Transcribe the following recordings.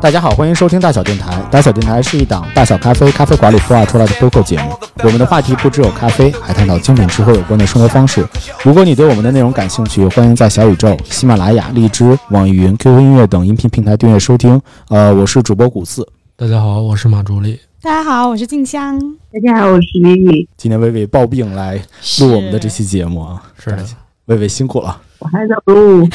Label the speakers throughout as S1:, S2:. S1: 大家好，欢迎收听大小电台。大小电台是一档大小咖啡咖啡馆里孵化出来的播客节目。我们的话题不只有咖啡，还探讨精品吃货有关的生活方式。如果你对我们的内容感兴趣，欢迎在小宇宙、喜马拉雅、荔枝、网易云、QQ 音乐等音频平台订阅收听。呃，我是主播古四。
S2: 大家好，我是马助理。
S3: 大家好，我是静香。
S4: 大家好，我是李李，
S1: 今天薇薇抱病来录我们的这期节目啊，
S2: 是的，
S1: 薇薇辛苦了。
S4: 我还在录。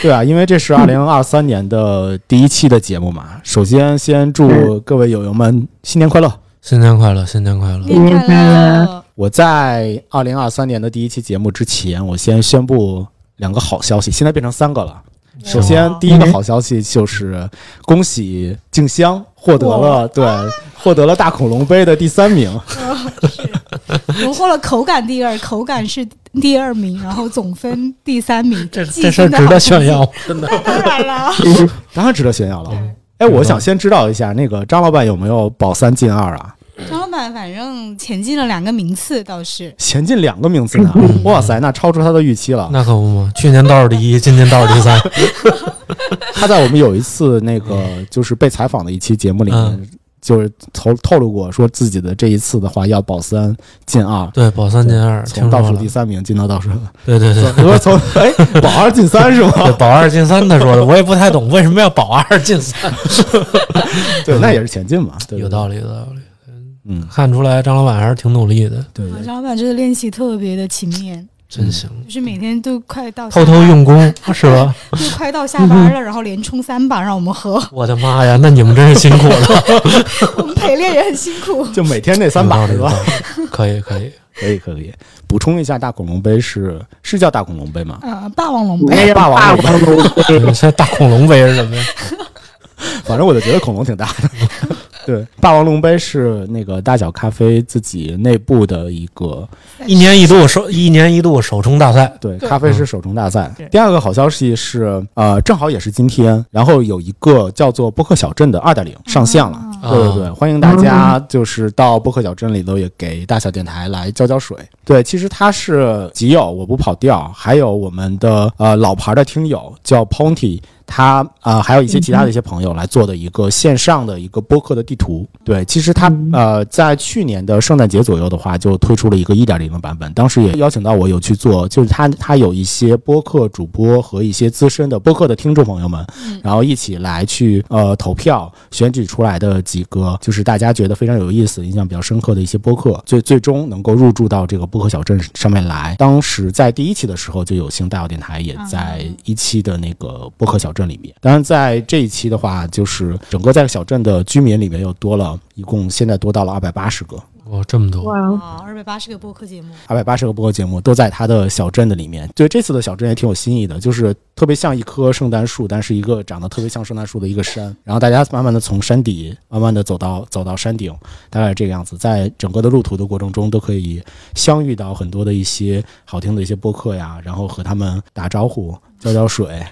S1: 对啊，因为这是二零二三年的第一期的节目嘛。首先，先祝各位友友们新年快乐。
S2: 新年快乐，新年快乐！
S4: 新年快乐！
S1: 我在二零二三年的第一期节目之前，我先宣布两个好消息，现在变成三个了。
S2: 嗯
S1: 首先，第一个好消息就是恭喜静香获得了对获得了大恐龙杯的第三名。
S3: 荣获了口感第二，口感是第二名，然后总分第三名。
S2: 这
S3: 计
S2: 这事儿
S3: 分的
S2: 值
S3: 好
S2: 得炫耀，真的。
S3: 成绩。 当然了，
S1: 当然值得炫耀了。哎，我想先知道一下，那个张老板有没有保三进二啊？
S3: 张老板反正前进了两个名次，倒是
S1: 前进两个名次呢！哇塞，那超出他的预期了。
S2: 嗯那可不嘛，去年倒数 第一，今年倒数第三。
S1: 他在我们有一次那个就是被采访的一期节目里面
S2: 嗯，
S1: 就是透透露过，说自己的这一次的话要保三进二，
S2: 对，保三进二，
S1: 从
S2: 听
S1: 倒
S2: 说
S1: 数
S2: 了
S1: 第。三名进到倒数，
S2: 对对 对，
S1: 我说从哎保二进三是
S2: 对
S1: 吗？
S2: 保二进三，他说的，我也不太懂为什么要保二进三。
S1: 对，那也是前进嘛，对
S2: 有
S1: 理，
S2: 道理，有道理。
S1: 嗯，
S2: 看出来张老板还是挺努力的，
S1: 对
S3: 啊张老板这个练习特别的勤勉，
S2: 真行，
S3: 就是每天都快到下
S2: 偷偷用功嗯 是吧？
S3: 就快到下班 了，然后连冲三把让我们喝，
S2: 我的妈呀，那你们真是辛苦了。
S3: 我们陪练也很辛 苦。
S1: 就每天那三把是
S2: 有道
S1: 吧
S2: 理？有道理可以可以，
S1: 可以可以，补充一下，大恐龙杯是是叫大恐龙杯吗？
S3: 呃，霸王龙
S4: 哎
S3: 杯，
S4: 呀，
S1: 霸王龙
S4: 龙
S2: 你们现在大恐龙杯是什么呀？
S1: 反正我就觉得恐龙挺大的。 对，霸王龙杯是那个大小咖啡自己内部的一个
S2: 一年一度首一年一度首冲大赛，
S1: 对
S3: 对
S1: 咖啡师手冲大赛
S3: 对。
S1: 第二个好消息是，呃，正好也是今天，然后有一个叫做播客小镇的二点零上线了。
S3: 啊
S2: 啊
S1: 对对对，欢迎大家就是到播客小镇里头也给大小电台来浇浇水。对，其实它是集友，我不跑调，还有我们的呃老牌的听友叫 Ponty。他呃，还有一些其他的一些朋友来做的一个线上的一个播客的地图。对，其实他呃，在去年的圣诞节左右的话，就推出了一个一点零的版本。当时也邀请到我有去做，就是他他有一些播客主播和一些资深的播客的听众朋友们，然后一起来去呃投票选举出来的几个，就是大家觉得非常有意思、印象比较深刻的一些播客，最最终能够入驻到这个播客小镇上面来。当时在第一期的时候，就有幸大小电台也在一期的那个播客小镇里面。当然，在这一期的话，就是整个在小镇的居民里面又多了一共现在多到了二百八十个。
S2: 哇，这么多，
S4: 哇，
S3: 啊，二百八十个播客节目，
S1: 二百八十个播客节目都在他的小镇的里面。对，这次的小镇也挺有新意的，就是特别像一棵圣诞树，但是一个长得特别像圣诞树的一个山。然后大家慢慢的从山底慢慢的走到走到山顶，大概是这个样子。在整个的路途的过程中，都可以相遇到很多的一些好听的一些播客呀，然后和他们打招呼、浇浇水。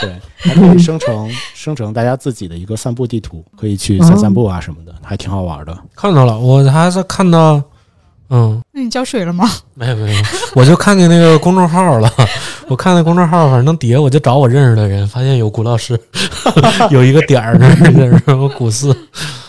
S1: 对，还可以生成生成大家自己的一个散步地图，可以去散散步啊什么的，还挺好玩的。
S2: 看到了，我还是看到，嗯，
S3: 那你浇水了吗？
S2: 没有没有，没有 我就看见那个公众号了。 我看那公众号，反正底下我就找我认识的人，发现有古老师， 有一个点儿那儿认识我古四。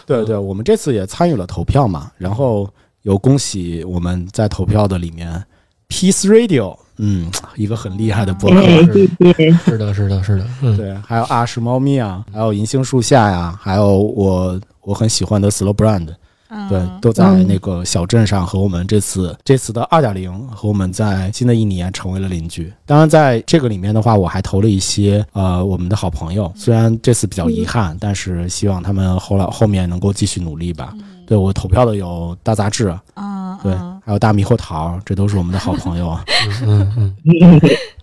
S1: 对对，我们这次也参与了投票嘛，然后有恭喜我们在投票的里面，Peace Radio，嗯，一个很厉害的播客，
S4: 哎，谢谢，
S2: 是的，是的，是的，嗯，
S1: 对，还有啊是猫咪啊，还有银杏树下呀、还有我我很喜欢的 Slow Brand，
S3: 嗯，
S1: 对，都在那个小镇上和我们这次这次的二点零和我们在新的一年成为了邻居。当然，在这个里面的话，我还投了一些呃我们的好朋友，虽然这次比较
S2: 嗯
S1: 遗憾，但是希望他们后来后面能够继续努力吧。对我投票的有大杂志，
S3: 啊，
S1: 对，
S3: 啊
S1: 还有大猕猴桃，这都是我们的好朋友。啊
S2: 嗯嗯，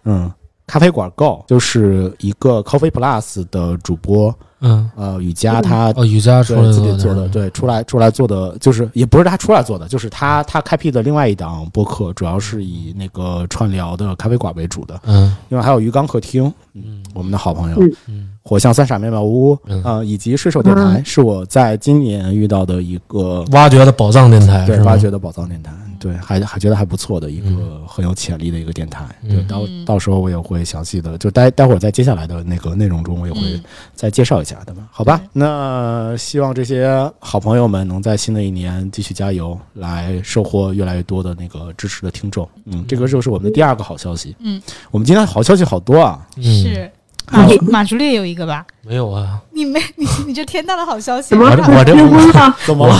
S1: 嗯，咖啡馆 Go 就是一个 Coffee Plus 的主播，
S2: 嗯，
S1: 呃，雨佳他
S2: 哦，瑜伽出来
S1: 对自己做
S2: 的
S1: 的，，对，出来出来做的，就是也不是他出来做的，就是他他开辟的另外一档播客，主要是以那个串聊的咖啡馆为主的，
S2: 嗯
S1: 另外还有鱼缸客厅，嗯，我们的好朋友
S4: 嗯，
S2: 嗯，
S1: 火象三傻面包屋，
S2: 嗯
S1: 啊，以及水手电台，是我在今年遇到的一个
S2: 挖掘的宝藏电台
S1: 对
S2: 是吗
S1: 挖掘的宝藏电台，对，还还觉得还不错的一个很有潜力的一个电台。对，
S2: 嗯
S1: 到
S5: 嗯
S1: 到时候我也会详细的，就待待会儿在接下来的那个内容中，我也会
S5: 嗯
S1: 再介绍一下的嘛，好吧？那希望这些好朋友们能在新的一年继续加油，来收获越来越多的那个支持的听众。嗯，这个就是我们的第二个好消息。
S5: 嗯，
S1: 我们今天好消息好多啊！
S2: 嗯，
S5: 是
S4: 哦
S3: 马竹马竹烈有一个吧？
S2: 没有啊，
S3: 你没你你这天大的好消息，啊
S4: 怎么
S2: 我这我这
S4: 结婚了？
S1: 怎么了？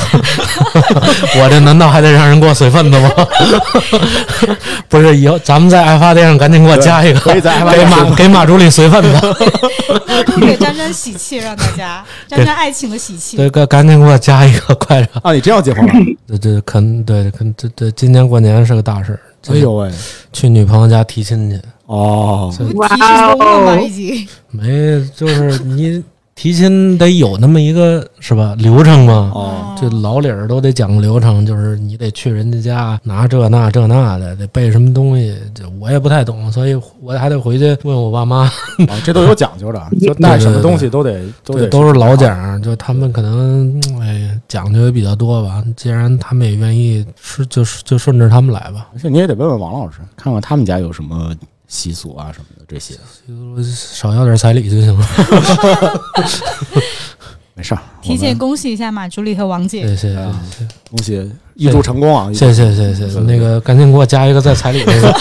S2: 我这难道还得让人给我随份子吗？ 不是，以后咱们在爱发店上赶紧给我加一个，
S1: 可以在爱发
S2: 给
S1: 店上
S2: 马给马助理随份 子，
S3: 都给沾沾喜气，让大 家沾沾爱情的喜气。
S2: 对，赶赶紧给我加一个，快点！
S1: 啊，你真要结婚了？
S2: 这这肯对肯这这今年过年是个大事儿，
S1: 哎呦喂！
S2: 去女朋友家提亲去，
S1: 哦，
S4: 哇
S3: 提示中了吧？
S4: 哦
S3: 已！经
S2: 没 就是你提亲得有那么一个是吧流程嘛？
S1: 哦，
S2: 这老理儿都得讲个流程，就是你得去人家家拿这那这那的，得备什么东西，这我也不太懂，所以我还得回去问我爸妈，
S1: 啊这都有讲究 的，就带什么东西都得都
S2: 对
S1: 得
S2: 都是老讲儿，就他们可能哎讲究也比较多吧。既然他们也愿意，是就是就顺着他们来吧。
S1: 而且你也得问问王老师，看看他们家有什么习俗啊什么的这些。
S2: 少要点彩礼就行了。
S1: 没事儿，
S3: 提前恭喜一下马助理和王
S2: 谢
S3: 姐，
S2: 谢谢
S1: 啊恭喜预祝成功啊！
S2: 谢谢谢谢谢谢，那个赶紧给我加一个在彩礼那个，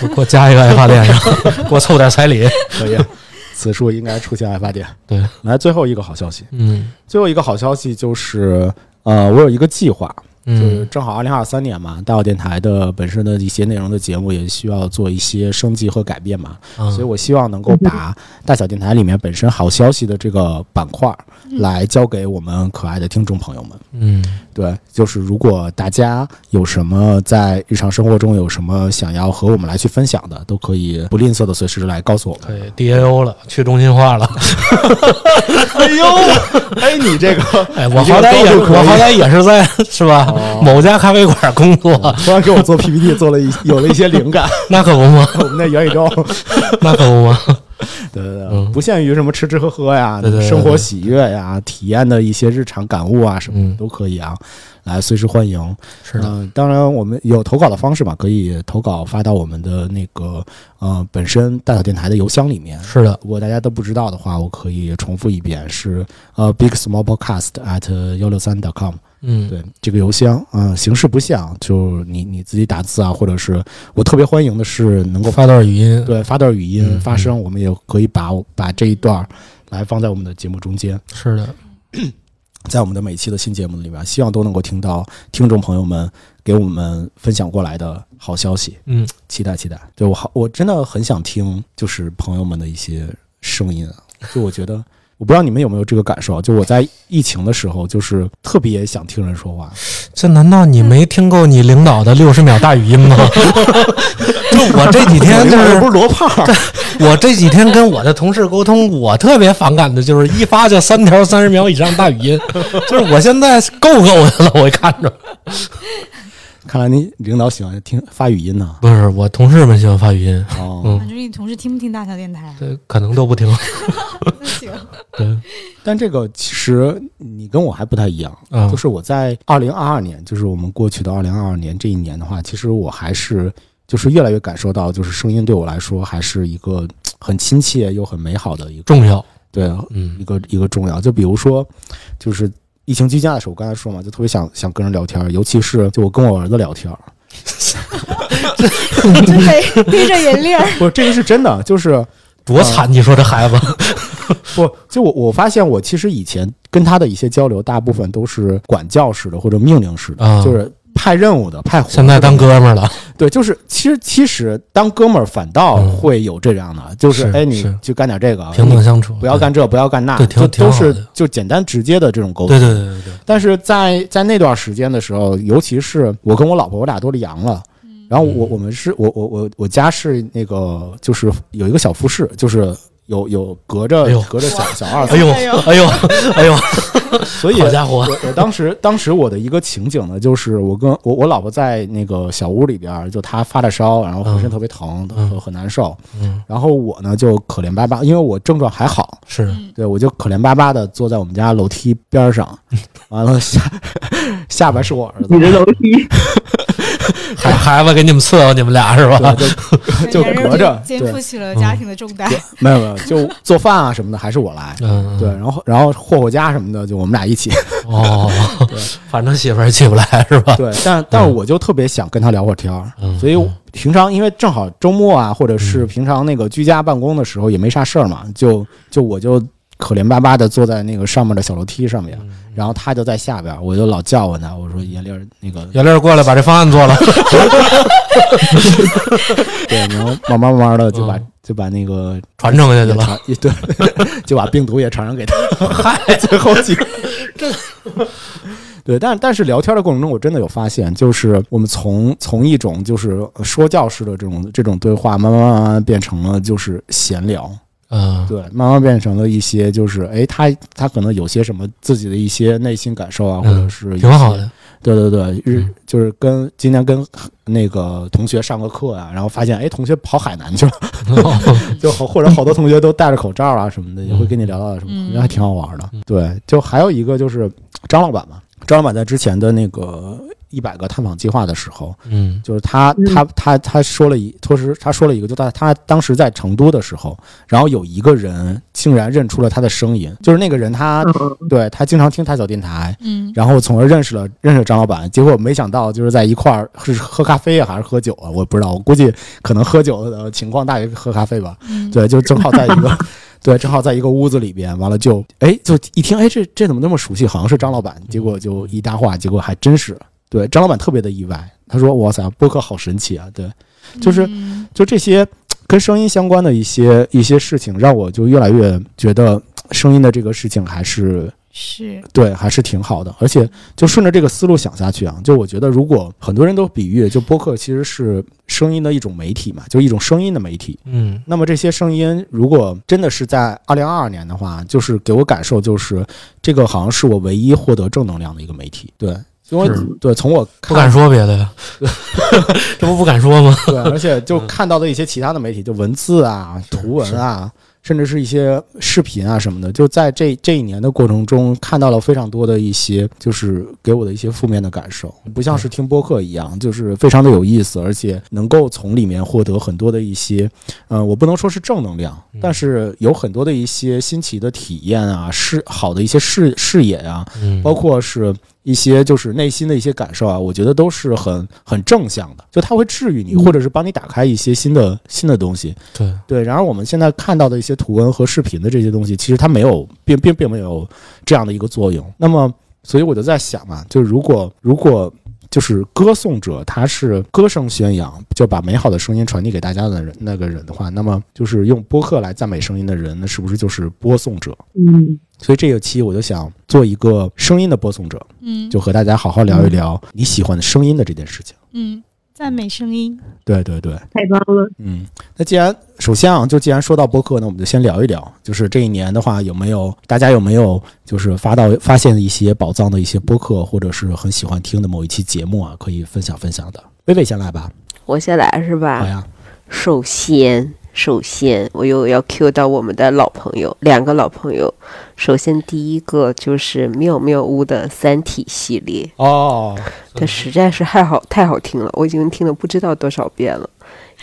S2: 给我加一个爱发电上， 给我凑点彩礼。
S1: 可以，啊此处应该出现爱发电。
S2: 对，
S1: 来最后一个好消息，
S2: 嗯
S1: 最后一个好消息就是，呃，我有一个计划，就是
S2: 嗯
S1: 正好二零二三年嘛，大小电台的本身的一些内容的节目也需要做一些升级和改变嘛，
S2: 啊
S1: 所以我希望能够把大小电台里面本身好消息的这个板块儿来交给我们可爱的听众朋友们。
S2: 嗯
S1: 对，就是如果大家有什么在日常生活中有什么想要和我们来去分享的，都可以不吝啬的随时来告诉我们。
S2: 可以 DAO 了，去中心化了。
S1: 哎呦，哎，你这个
S2: 哎，我好歹也
S1: 你这个高度可以
S2: 我好歹也是在是吧
S1: 哦
S2: 某家咖啡馆工作，
S1: 突然给我做 PPT 做了一有了一些灵感，
S2: 那可不嘛，
S1: 我们的元宇宙，
S2: 那可不嘛。
S1: 对对对，
S2: 嗯
S1: 不限于什么吃吃喝喝呀，
S2: 对对对
S1: 生活喜悦呀，体验的一些日常感悟啊什么的
S2: 嗯
S1: 都可以啊，来随时欢迎。
S2: 是的，
S1: 嗯，当然我们有投稿的方式嘛，可以投稿发到我们的那个呃本身大小电台的邮箱里面。
S2: 是的，
S1: 如果大家都不知道的话，我可以重复一遍，是呃 big small podcast at 幺六三 com，
S2: 嗯，
S1: 对这个邮箱，嗯、形式不像，就是你你自己打字啊，或者是我特别欢迎的是能够
S2: 发段语音，
S1: 对发段语音
S2: 嗯
S1: 发声，我们也可以把把这一段儿来放在我们的节目中间，
S2: 是的，
S1: 在我们的每期的新节目里边，希望都能够听到听众朋友们给我们分享过来的好消息，
S2: 嗯，
S1: 期待期待。对我好，我真的很想听，就是朋友们的一些声音啊。就我觉得，我不知道你们有没有这个感受啊，就我在疫情的时候，就是特别想听人说话，
S2: 这难道你没听够你领导的六十秒大语音 吗？就我这几天就
S1: 我又
S2: 是
S1: 不是罗胖儿，
S2: 我这几天跟我的同事沟通，我特别反感的就是一发就三条三十秒以上大语音， 就是我现在够够的了，我一看着。
S1: 看来你领导喜欢听发语音呢、
S2: 不是，我同事们喜欢发语音，
S1: 哦，
S2: 嗯
S3: 马助理，你同事听不听大小电台？
S2: 这呃可能都不听。
S3: 不 行，
S2: 对，
S1: 但这个其实你跟我还不太一样，
S2: 啊
S1: 就，是我在二零二二年，就是我们过去的二零二二年这一年的话，其实我还是就是越来越感受到，就是声音对我来说还是一个很亲切又很美好的一个
S2: 重要。
S1: 对
S2: 嗯
S1: 一个一个重要。就比如说，就是疫情居家的时候，我刚才说嘛，就特别想想跟人聊天儿，尤其是就我跟我儿子聊天儿，
S3: 真得滴着眼泪儿。
S1: 不，这个是真的，就是
S2: 多惨！你说这孩子，
S1: 不就我我发现我其实以前跟他的一些交流，大部分都是管教式的或者命令式的，
S2: 啊
S1: 就是派任务的派活。
S2: 现在当哥们儿了，
S1: 对，就是其实其实当哥们儿反倒
S2: 嗯
S1: 会有这样的，就是
S2: 是
S1: 哎，你
S2: 是
S1: 去干点这个，
S2: 平等相处，
S1: 不要干这，不要干那，
S2: 对挺
S1: 就
S2: 挺
S1: 都
S2: 好
S1: 是
S2: 的
S1: 就简单直接的这种沟
S2: 对。
S1: 通。
S2: 对对对对对，
S1: 但是在在那段时间的时候，尤其是我跟我老婆，我俩都离阳了。然后
S2: 嗯
S1: 我我们是我我我我家是那个就是有一个小复式，就是有有隔着
S2: 哎呦
S1: 隔着小小二
S2: 哎呦哎呦哎呦，
S1: 所以
S2: 好家伙，
S1: 我我当时当时我的一个情景呢，就是我跟我我老婆在那个小屋里边儿，就她发着烧，然后浑身特别疼，
S2: 嗯
S1: 很很难受。
S2: 嗯
S1: 然后我呢就可怜巴巴，因为我症状还好，
S2: 是的，
S3: 嗯
S1: 对我就可怜巴巴的坐在我们家楼梯边儿上，
S2: 嗯
S1: 完了下下边是我儿子
S4: 你，的楼梯，
S2: 孩孩子给你们伺候你们俩是吧？
S1: 对就 就
S3: 男人
S1: 隔着
S3: 肩
S1: 对嗯
S3: 负起了家庭的重担。
S1: 没有没 有，就做饭啊什么的还是我来。
S2: 嗯，
S1: 对，，然后然后霍霍家什么的，就我们俩一起。
S2: 哦，反正媳妇儿也起不来是 吧？
S1: 对，但但我就特别想跟他聊会儿天儿，
S2: 嗯
S1: 所以平常因为正好周末啊，或者是平常那个居家办公的时候也没啥事儿嘛，就就我就可怜巴巴的坐在那个上面的小楼梯上面，
S2: 嗯
S1: 然后他就在下边儿，我就老叫唤他，我说严丽儿那个
S2: 袁丽儿过来把这方案做了，
S1: 对，然后慢慢慢慢的就把、
S2: 嗯
S1: 就把那个
S2: 传承下去
S1: 也
S2: 了。
S1: 传也对， 就把病毒也传染给他， 最后几 个 对，但但是聊天的过程中，我真的有发现，就是我们从从一种就是说教式的这种这种对话，慢慢慢慢变成了就是闲聊，
S2: 嗯，
S1: 对，慢慢变成了一些就是哎，他他可能有些什么自己的一些内心感受啊，或者
S2: 嗯
S1: 是一
S2: 挺好
S1: 些
S2: 的。
S1: 对对对，日
S2: 嗯
S1: 就是跟今天跟那个同学上个课呀、然后发现哎，同学跑海南去了， 就好或者好多同学都戴着口罩啊什么的，也会跟你聊到什
S4: 嗯
S1: 么，我觉得还挺好玩的。对，就还有一个就是张老板嘛，张老板在之前的那个一百个探访计划的时候，
S2: 嗯
S1: 就是他
S4: 嗯
S1: 他他他说了一，当时他说了一个，就他他当时在成都的时候，然后有一个人竟然认出了他的声音，就是那个人他
S4: 嗯
S1: 对他经常听他小电台，
S3: 嗯，
S1: 然后从而认识了认识张老板，结果没想到就是在一块儿是喝咖啡啊，还是喝酒啊，我不知道，我估计可能喝酒的情况大于喝咖啡吧。
S3: 嗯
S1: 对，就正好在一个对，正好在一个屋子里边，完了就哎就一听哎这这怎么那么熟悉，好像是张老板，结果就一搭话，结果还真是。对，张老板特别的意外，他说哇塞，播客好神奇啊，对，就是
S3: 嗯
S1: 就这些跟声音相关的一些一些事情，让我就越来越觉得声音的这个事情还是
S3: 是
S1: 对，还是挺好的。而且就顺着这个思路想下去啊，就我觉得，如果很多人都比喻，就播客其实是声音的一种媒体嘛，就一种声音的媒体。
S2: 嗯
S1: 那么这些声音，如果真的是在二零二二年的话，就是给我感受就是，这个好像是我唯一获得正能量的一个媒体。对，因为
S2: 是
S1: 对从我
S2: 不
S1: 看
S2: 敢说别的 呀，这不不敢说吗？
S1: 对，而且就看到的一些其他的媒体，就文字啊、图文啊，甚至是一些视频啊什么的，就在这这一年的过程中，看到了非常多的一些，就是给我的一些负面的感受，不像是听播客一样，就是非常的有意思，而且能够从里面获得很多的一些，呃，我不能说是正能量，但是有很多的一些新奇的体验啊，视好的一些视视野啊，
S2: 嗯，
S1: 包括是一些就是内心的一些感受啊，我觉得都是很很正向的，就它会治愈你，
S4: 嗯
S1: 或者是帮你打开一些新的新的东西。
S2: 对，
S1: 对，然而我们现在看到的一些图文和视频的这些东西，其实它没有并并并没有这样的一个作用。那么，所以我就在想嘛，就如果如果就是歌颂者他是歌声宣扬，就把美好的声音传递给大家的人那个人的话，那么就是用播客来赞美声音的人，那是不是就是播送者？
S4: 嗯
S1: 所以这个期我就想做一个声音的播送者。
S3: 嗯
S1: 就和大家好好聊一聊你喜欢的声音的这件事情。
S3: 嗯赞美声音，
S1: 对对对，
S4: 太棒了，
S1: 嗯，那既然首先啊，就既然说到播客呢，我们就先聊一聊，就是这一年的话，有没有大家有没有就是发到发现一些宝藏的一些播客，或者是很喜欢听的某一期节目啊，可以分享分享的。薇薇先来吧，
S5: 我先来是
S1: 好
S5: 吧？
S1: 哎呀，
S5: 首先，首先我又要 cue 到我们的老朋友，两个老朋友。首先，第一个就是妙妙屋的《三体》系列，
S1: 哦，
S5: 它实在是太好太好听了，我已经听了不知道多少遍了。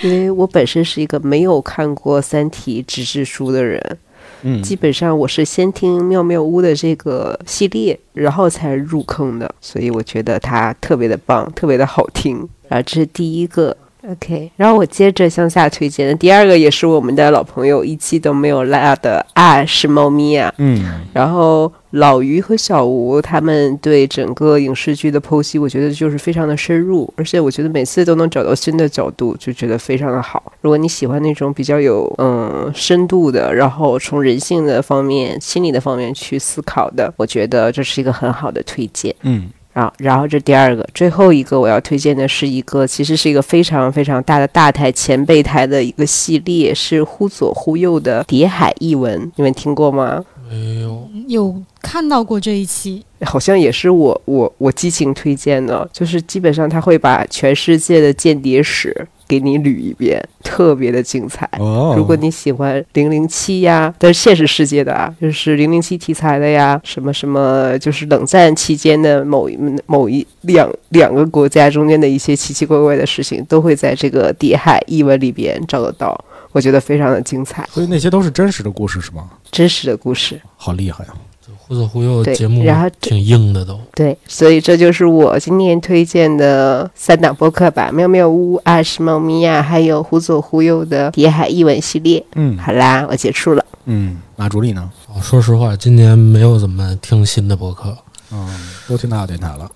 S5: 因为我本身是一个没有看过《三体》纸质书的人，
S1: 嗯，
S5: 基本上我是先听妙妙屋的这个系列，然后才入坑的，所以我觉得它特别的棒，特别的好听。啊，这是第一个。OK，然后我接着向下推荐的第二个也是我们的老朋友，一期都没有落的啊，是猫咪啊。
S1: 嗯
S5: 然后老于和小吴他们对整个影视剧的剖析，我觉得就是非常的深入，而且我觉得每次都能找到新的角度，就觉得非常的好。如果你喜欢那种比较有嗯深度的，然后从人性的方面、心理的方面去思考的，我觉得这是一个很好的推荐。
S1: 嗯
S5: 啊，然后这第二个，最后一个我要推荐的是一个，其实是一个非常非常大的大台前辈台的一个系列，是忽左忽右的《谍海译文》，你们听过吗？
S2: 哎呦，
S3: 嗯有看到过这一期，
S5: 好像也是我我我激情推荐的，就是基本上他会把全世界的间谍史给你捋一遍，特别的精彩。
S1: 哦
S5: 如果你喜欢零零七呀，但是现实世界的啊，就是零零七题材的呀，什么什么，就是冷战期间的某一某一两两个国家中间的一些奇奇怪怪的事情，都会在这个《谍海译文》里边找得到，我觉得非常的精彩，
S1: 所以那些都是真实的故事是吗？
S5: 真实的故事。
S1: 好厉害呀、啊
S2: 忽左忽右
S5: 对
S2: 节目
S5: 然后这
S2: 挺硬的都。
S5: 对，所以这就是我今天推荐的三档播客吧，《妙妙屋》《爱是猫咪呀》，还有《忽左忽右》的《谍海译文》系列。
S1: 嗯
S5: 好啦，我结束了。
S1: 嗯，马助理呢？
S2: 我啊说实话，今年没有怎么听新的播客。
S1: 嗯，都听大小电台了。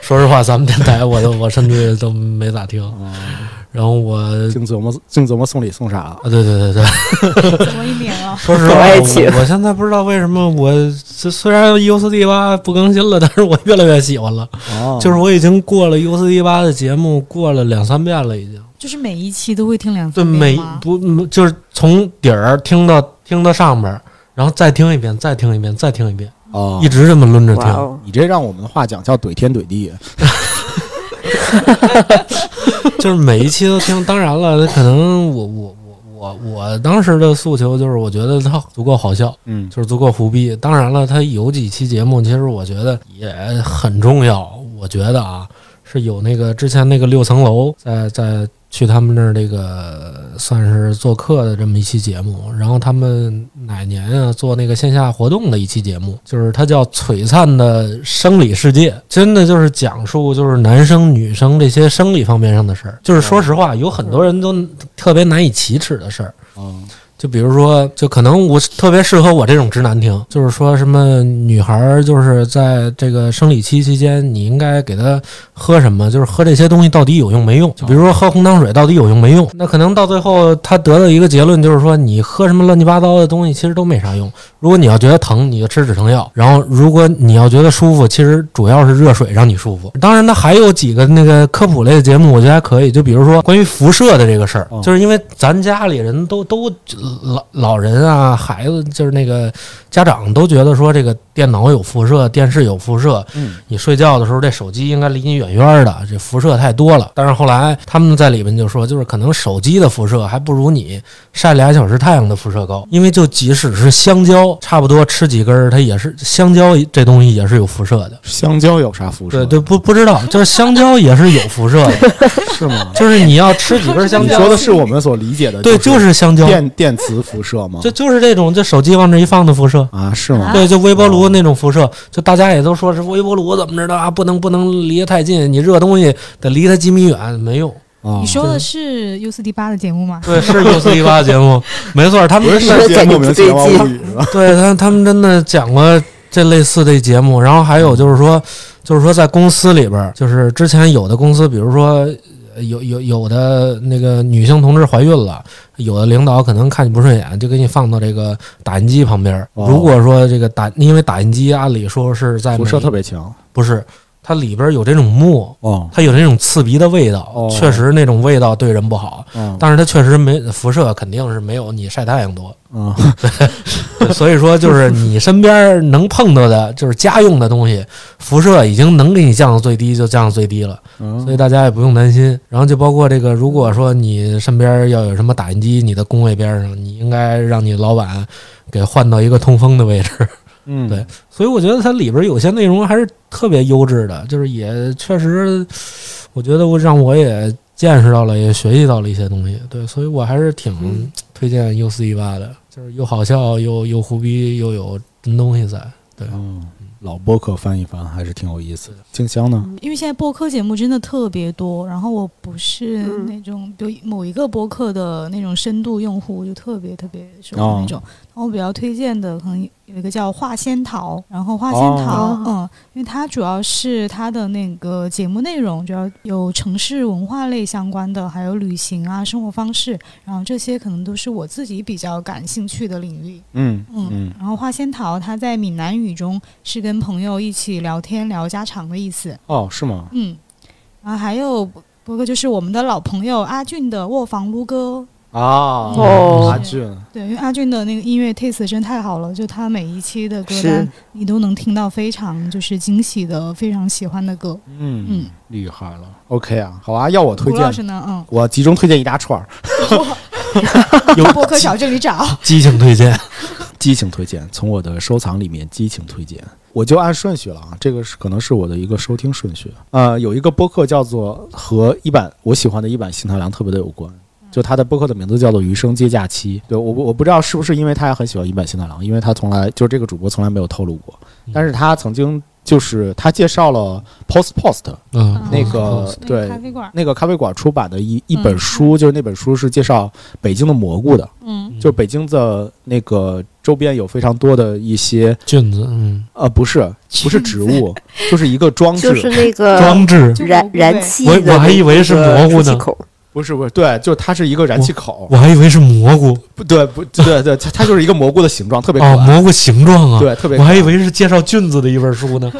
S2: 说实话，咱们电台我都我甚至都没咋听。然后我啊，
S1: 净琢磨净琢磨送礼送啥啊了。
S2: 对对对对，
S3: 怎么一年了？
S2: 说实
S5: 懂
S2: 话，
S5: 爱情
S2: 我我现在不知道为什么我这虽然 U 四 D 八不更新了，但是我越来越喜欢了。
S1: 哦
S2: 就是我已经过了 U 四 D 八的节目过了两三遍了，已经。
S3: 就是每一期都会听两
S2: 对，
S3: 三遍
S2: 每
S3: 吗？
S2: 不嗯就是从底儿听到听到上边儿，然后再听一遍，再听一遍，再听一遍，
S1: 哦
S2: 一，直这么抡着
S5: 哇
S2: 听。
S5: 哦，
S1: 你这让我们的话讲叫怼天怼地。
S2: 就是每一期都听。当然了，可能我我我我我当时的诉求就是，我觉得它足够好笑，
S1: 嗯
S2: 就是足够伏笔。当然了，它有几期节目，其实我觉得也很重要。我觉得啊，是有那个之前那个六层楼在在去他们那儿这个算是做客的这么一期节目，然后他们哪年啊做那个线下活动的一期节目，就是它叫《璀璨的生理世界》，真的就是讲述就是男生女生这些生理方面上的事儿。就是说实话，有很多人都特别难以启齿的事儿。
S1: 嗯
S2: 就比如说，就可能我特别适合我这种直男听，就是说什么女孩儿就是在这个生理期期间，你应该给她喝什么，就是喝这些东西到底有用没用？就比如说喝红糖水到底有用没用？那可能到最后她得到一个结论，就是说你喝什么乱七八糟的东西其实都没啥用。如果你要觉得疼，你就吃止疼药；然后如果你要觉得舒服，其实主要是热水让你舒服。当然，它还有几个那个科普类的节目，我觉得还可以。就比如说关于辐射的这个事儿
S1: 哦，
S2: 就是因为咱家里人都都老老人啊、孩子，就是那个家长都觉得说这个电脑有辐射，电视有辐射，
S1: 嗯
S2: 你睡觉的时候，这手机应该离你远远的，这辐射太多了。但是后来他们在里面就说，就是可能手机的辐射还不如你晒俩小时太阳的辐射高，因为就即使是香蕉，差不多吃几根儿，它也是香蕉这东西也是有辐射的。
S1: 香蕉有啥辐
S2: 对
S1: 射？
S2: 对，不不知道，就是香蕉也是有辐射的，
S1: 是吗？
S2: 就是你要吃几根香
S1: 你
S2: 蕉，
S1: 说的是我们所理解的，
S2: 对，就是是香蕉，
S1: 电电磁辐射吗
S2: 就？就是这种，就手机往这一放的辐射。
S1: 啊，是吗？
S2: 对，就微波炉那种辐射，就大家也都说是微波炉怎么着的啊，不能不能离得太近，你热东西得离它几米远，没用。
S1: 啊
S3: 你，说的是 U 四 D 八的节目吗？
S2: 对，是有四一八节目， 没错，他们
S1: 不是
S2: 真的
S1: 世界莫名其妙物语是吧？
S2: 对他他们真的讲过这类似的节目，然后还
S1: 嗯
S2: 有就是说，就是说在公司里边儿，就是之前有的公司，比如说。呃有有有的那个女性同志怀孕了，有的领导可能看你不顺眼，就给你放到这个打印机旁边儿。
S1: 哦
S2: 如果说这个打，因为打印机按理说是在
S1: 辐射
S2: 美
S1: 特别强
S2: 不是，它里边儿有这种墨，
S1: 哦
S2: 它有那种刺鼻的味道，
S1: 哦
S2: 确实那种味道对人不好。
S1: 嗯
S2: 但是它确实没辐射，肯定是没有你晒太阳多。
S1: 嗯
S2: 对所以说，就是你身边能碰到的，就是家用的东西，辐射已经能给你降到最低，就降到最低了。所
S1: 嗯，
S2: 以大家也不用担心。然后就包括这个，如果说你身边要有什么打印机，你的工位边上，你应该让你老板给换到一个通风的位置。
S1: 嗯
S2: 对所以我觉得它里边有些内容还是特别优质的，就是也确实，我觉得我让我也见识到了，也学习到了一些东西。对，所以我还是
S1: 嗯
S2: 挺推荐 U 四一八的，就是又好笑又又胡逼又有真东西在。
S1: 嗯，老播客翻一翻还是挺有意思的。静香呢？
S3: 因为现在播客节目真的特别多，然后我不是
S5: 嗯
S3: 那种，比如某一个播客的那种深度用户，就特别特别熟
S1: 哦
S3: 的那种。然后我比较推荐的，可能有一个叫画仙桃，然后画仙桃，
S5: 哦
S3: 嗯，因为它主要是它的那个节目内容，主要有城市文化类相关的，还有旅行啊、生活方式，然后这些可能都是我自己比较感兴趣的领域。
S1: 嗯
S3: 嗯，然后花仙桃它在闽南语中是跟朋友一起聊天聊家常的意思。
S1: 哦，是吗？
S3: 嗯，然后还有不过就是我们的老朋友阿俊的卧房撸歌，
S1: 啊，
S5: 哦
S1: 阿俊，
S3: 对，因为阿俊的那个音乐 taste 真太好了，就他每一期的歌
S5: 是
S3: 单，你都能听到非常就是惊喜的、非常喜欢的歌。
S1: 嗯
S3: 嗯，
S1: 厉害了，OK 啊，好啊，要我推
S3: 胡老师
S1: 荐，
S3: 呢？ 嗯，
S1: 我集中推荐一大串儿，
S2: 有
S3: 播客小这里找。
S2: 激情推荐，
S1: 激情推荐，从我的收藏里面激情推荐。我就按顺序了啊，这个是可能是我的一个收听顺序。呃，有一个播客叫做和一版我喜欢的一版新太郎特别的有关，就他的播客的名字叫做《余生皆假期》。对我不我不知道是不是因为他也很喜欢一版新太郎，因为他从来就是这个主播从来没有透露过，
S3: 嗯
S1: 但是他曾经就是他介绍了 Post Post
S2: 嗯，
S1: 那个
S3: 那
S1: 对
S3: 咖啡馆，
S1: 那个咖啡馆出版的一一本
S3: 嗯
S1: 书，就是那本书是介绍北京的蘑菇的，
S3: 嗯，
S1: 就北京的那个周边有非常多的一些
S2: 菌子，嗯，
S1: 呃，不是不是 植物，就是一个装置，
S5: 就是那
S1: 呃
S5: 个
S2: 装置，
S3: 就
S5: 燃
S3: 蘑菇
S5: 燃
S3: 呗
S5: 气
S2: 我
S5: 的那个出气口，
S2: 我还以为是蘑菇呢
S1: 不是不是，对，就它是一个燃气口，
S2: 我还以为是蘑菇
S1: 不对不对对，它它就是一个蘑菇的形状，特别可
S2: 哦，
S1: 爱，
S2: 蘑菇形状啊，
S1: 对，特别
S2: 我
S1: 可
S2: 还
S1: 爱
S2: 以为是介绍菌子的一本 书呢。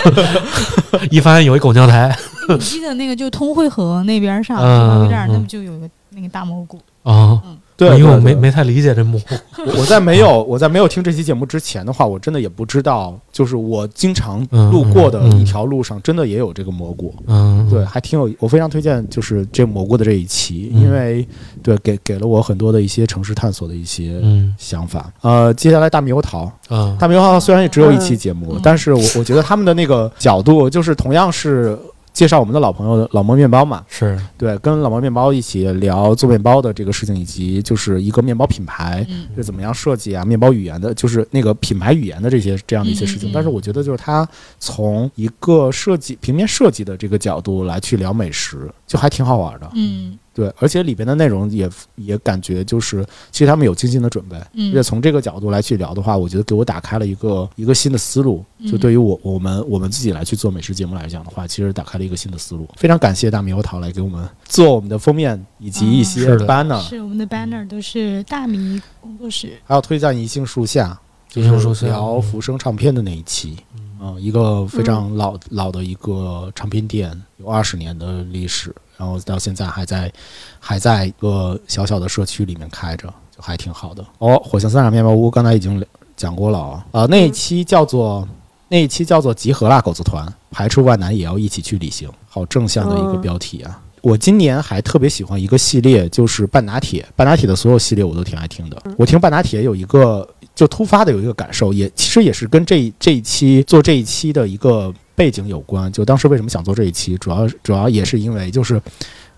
S2: 一翻有一狗尿苔
S3: 你记得那个就通惠河那边上，
S2: 嗯
S3: 马路边儿
S2: 嗯
S3: 那不就有一个那个大蘑菇？
S2: 啊，
S1: 对，
S2: 因为我
S1: 对
S2: 没
S1: 对
S2: 没太理解这蘑菇，
S1: 我我在没有我在没有听这期节目之前的话，我真的也不知道，就是我经常路过的
S2: 嗯嗯嗯
S1: 一条路上，真的也有这个蘑菇，
S2: 嗯，
S1: 对，，还挺有，我非常推荐就是这蘑菇的这一期，
S2: 嗯
S1: 因为对给给了我很多的一些城市探索的一些
S2: 嗯
S1: 想法。呃，接下来大猕猴桃，
S2: 啊，
S1: 大猕猴桃虽然也只有一期节目，
S3: 嗯
S1: 但是我我觉得他们的那个角度就是同样是。介绍我们的老朋友老猫面包嘛，
S2: 是，
S1: 对，跟老猫面包一起聊做面包的这个事情，以及就是一个面包品牌
S3: 嗯，
S1: 是怎么样设计啊，面包语言的，就是那个品牌语言的这些这样的一些事情。
S3: 嗯嗯嗯
S1: 但是我觉得，就是他从一个设计平面设计的这个角度来去聊美食，就还挺好玩的。
S3: 嗯
S1: 对，而且里边的内容也也感觉就是，其实他们有精心的准备。而且
S3: 嗯
S1: 从这个角度来去聊的话，我觉得给我打开了一个一个新的思路。
S3: 嗯
S1: 就对于我我们我们自己来去做美食节目来讲的话，其实打开了一个新的思路。非常感谢大猕猴桃来给我们做我们的封面以及一些
S2: 嗯是的
S1: banner，、
S3: 是我们的 banner 都是大米工作室，
S1: 还有推荐银杏树下，就
S2: 银杏树
S1: 是
S2: 下
S1: 聊
S2: 嗯
S1: 浮生唱片的那一期。嗯，一个非常老、老的一个唱片店，有二十年的历史，然后到现在还在还在一个小小的社区里面开着，就还挺好的。哦，火星三傻面包屋刚才已经聊讲过了啊，呃，那一期叫做那一期叫做集合啦狗子团，排除万难也要一起去旅行，好正向的一个
S5: 嗯
S1: 标题啊。我今年还特别喜欢一个系列，就是半拿铁。半拿铁的所有系列我都挺爱听的。我听半拿铁有一个就突发的有一个感受，也其实也是跟这一这一期做这一期的一个背景有关。就当时为什么想做这一期，主要主要也是因为就是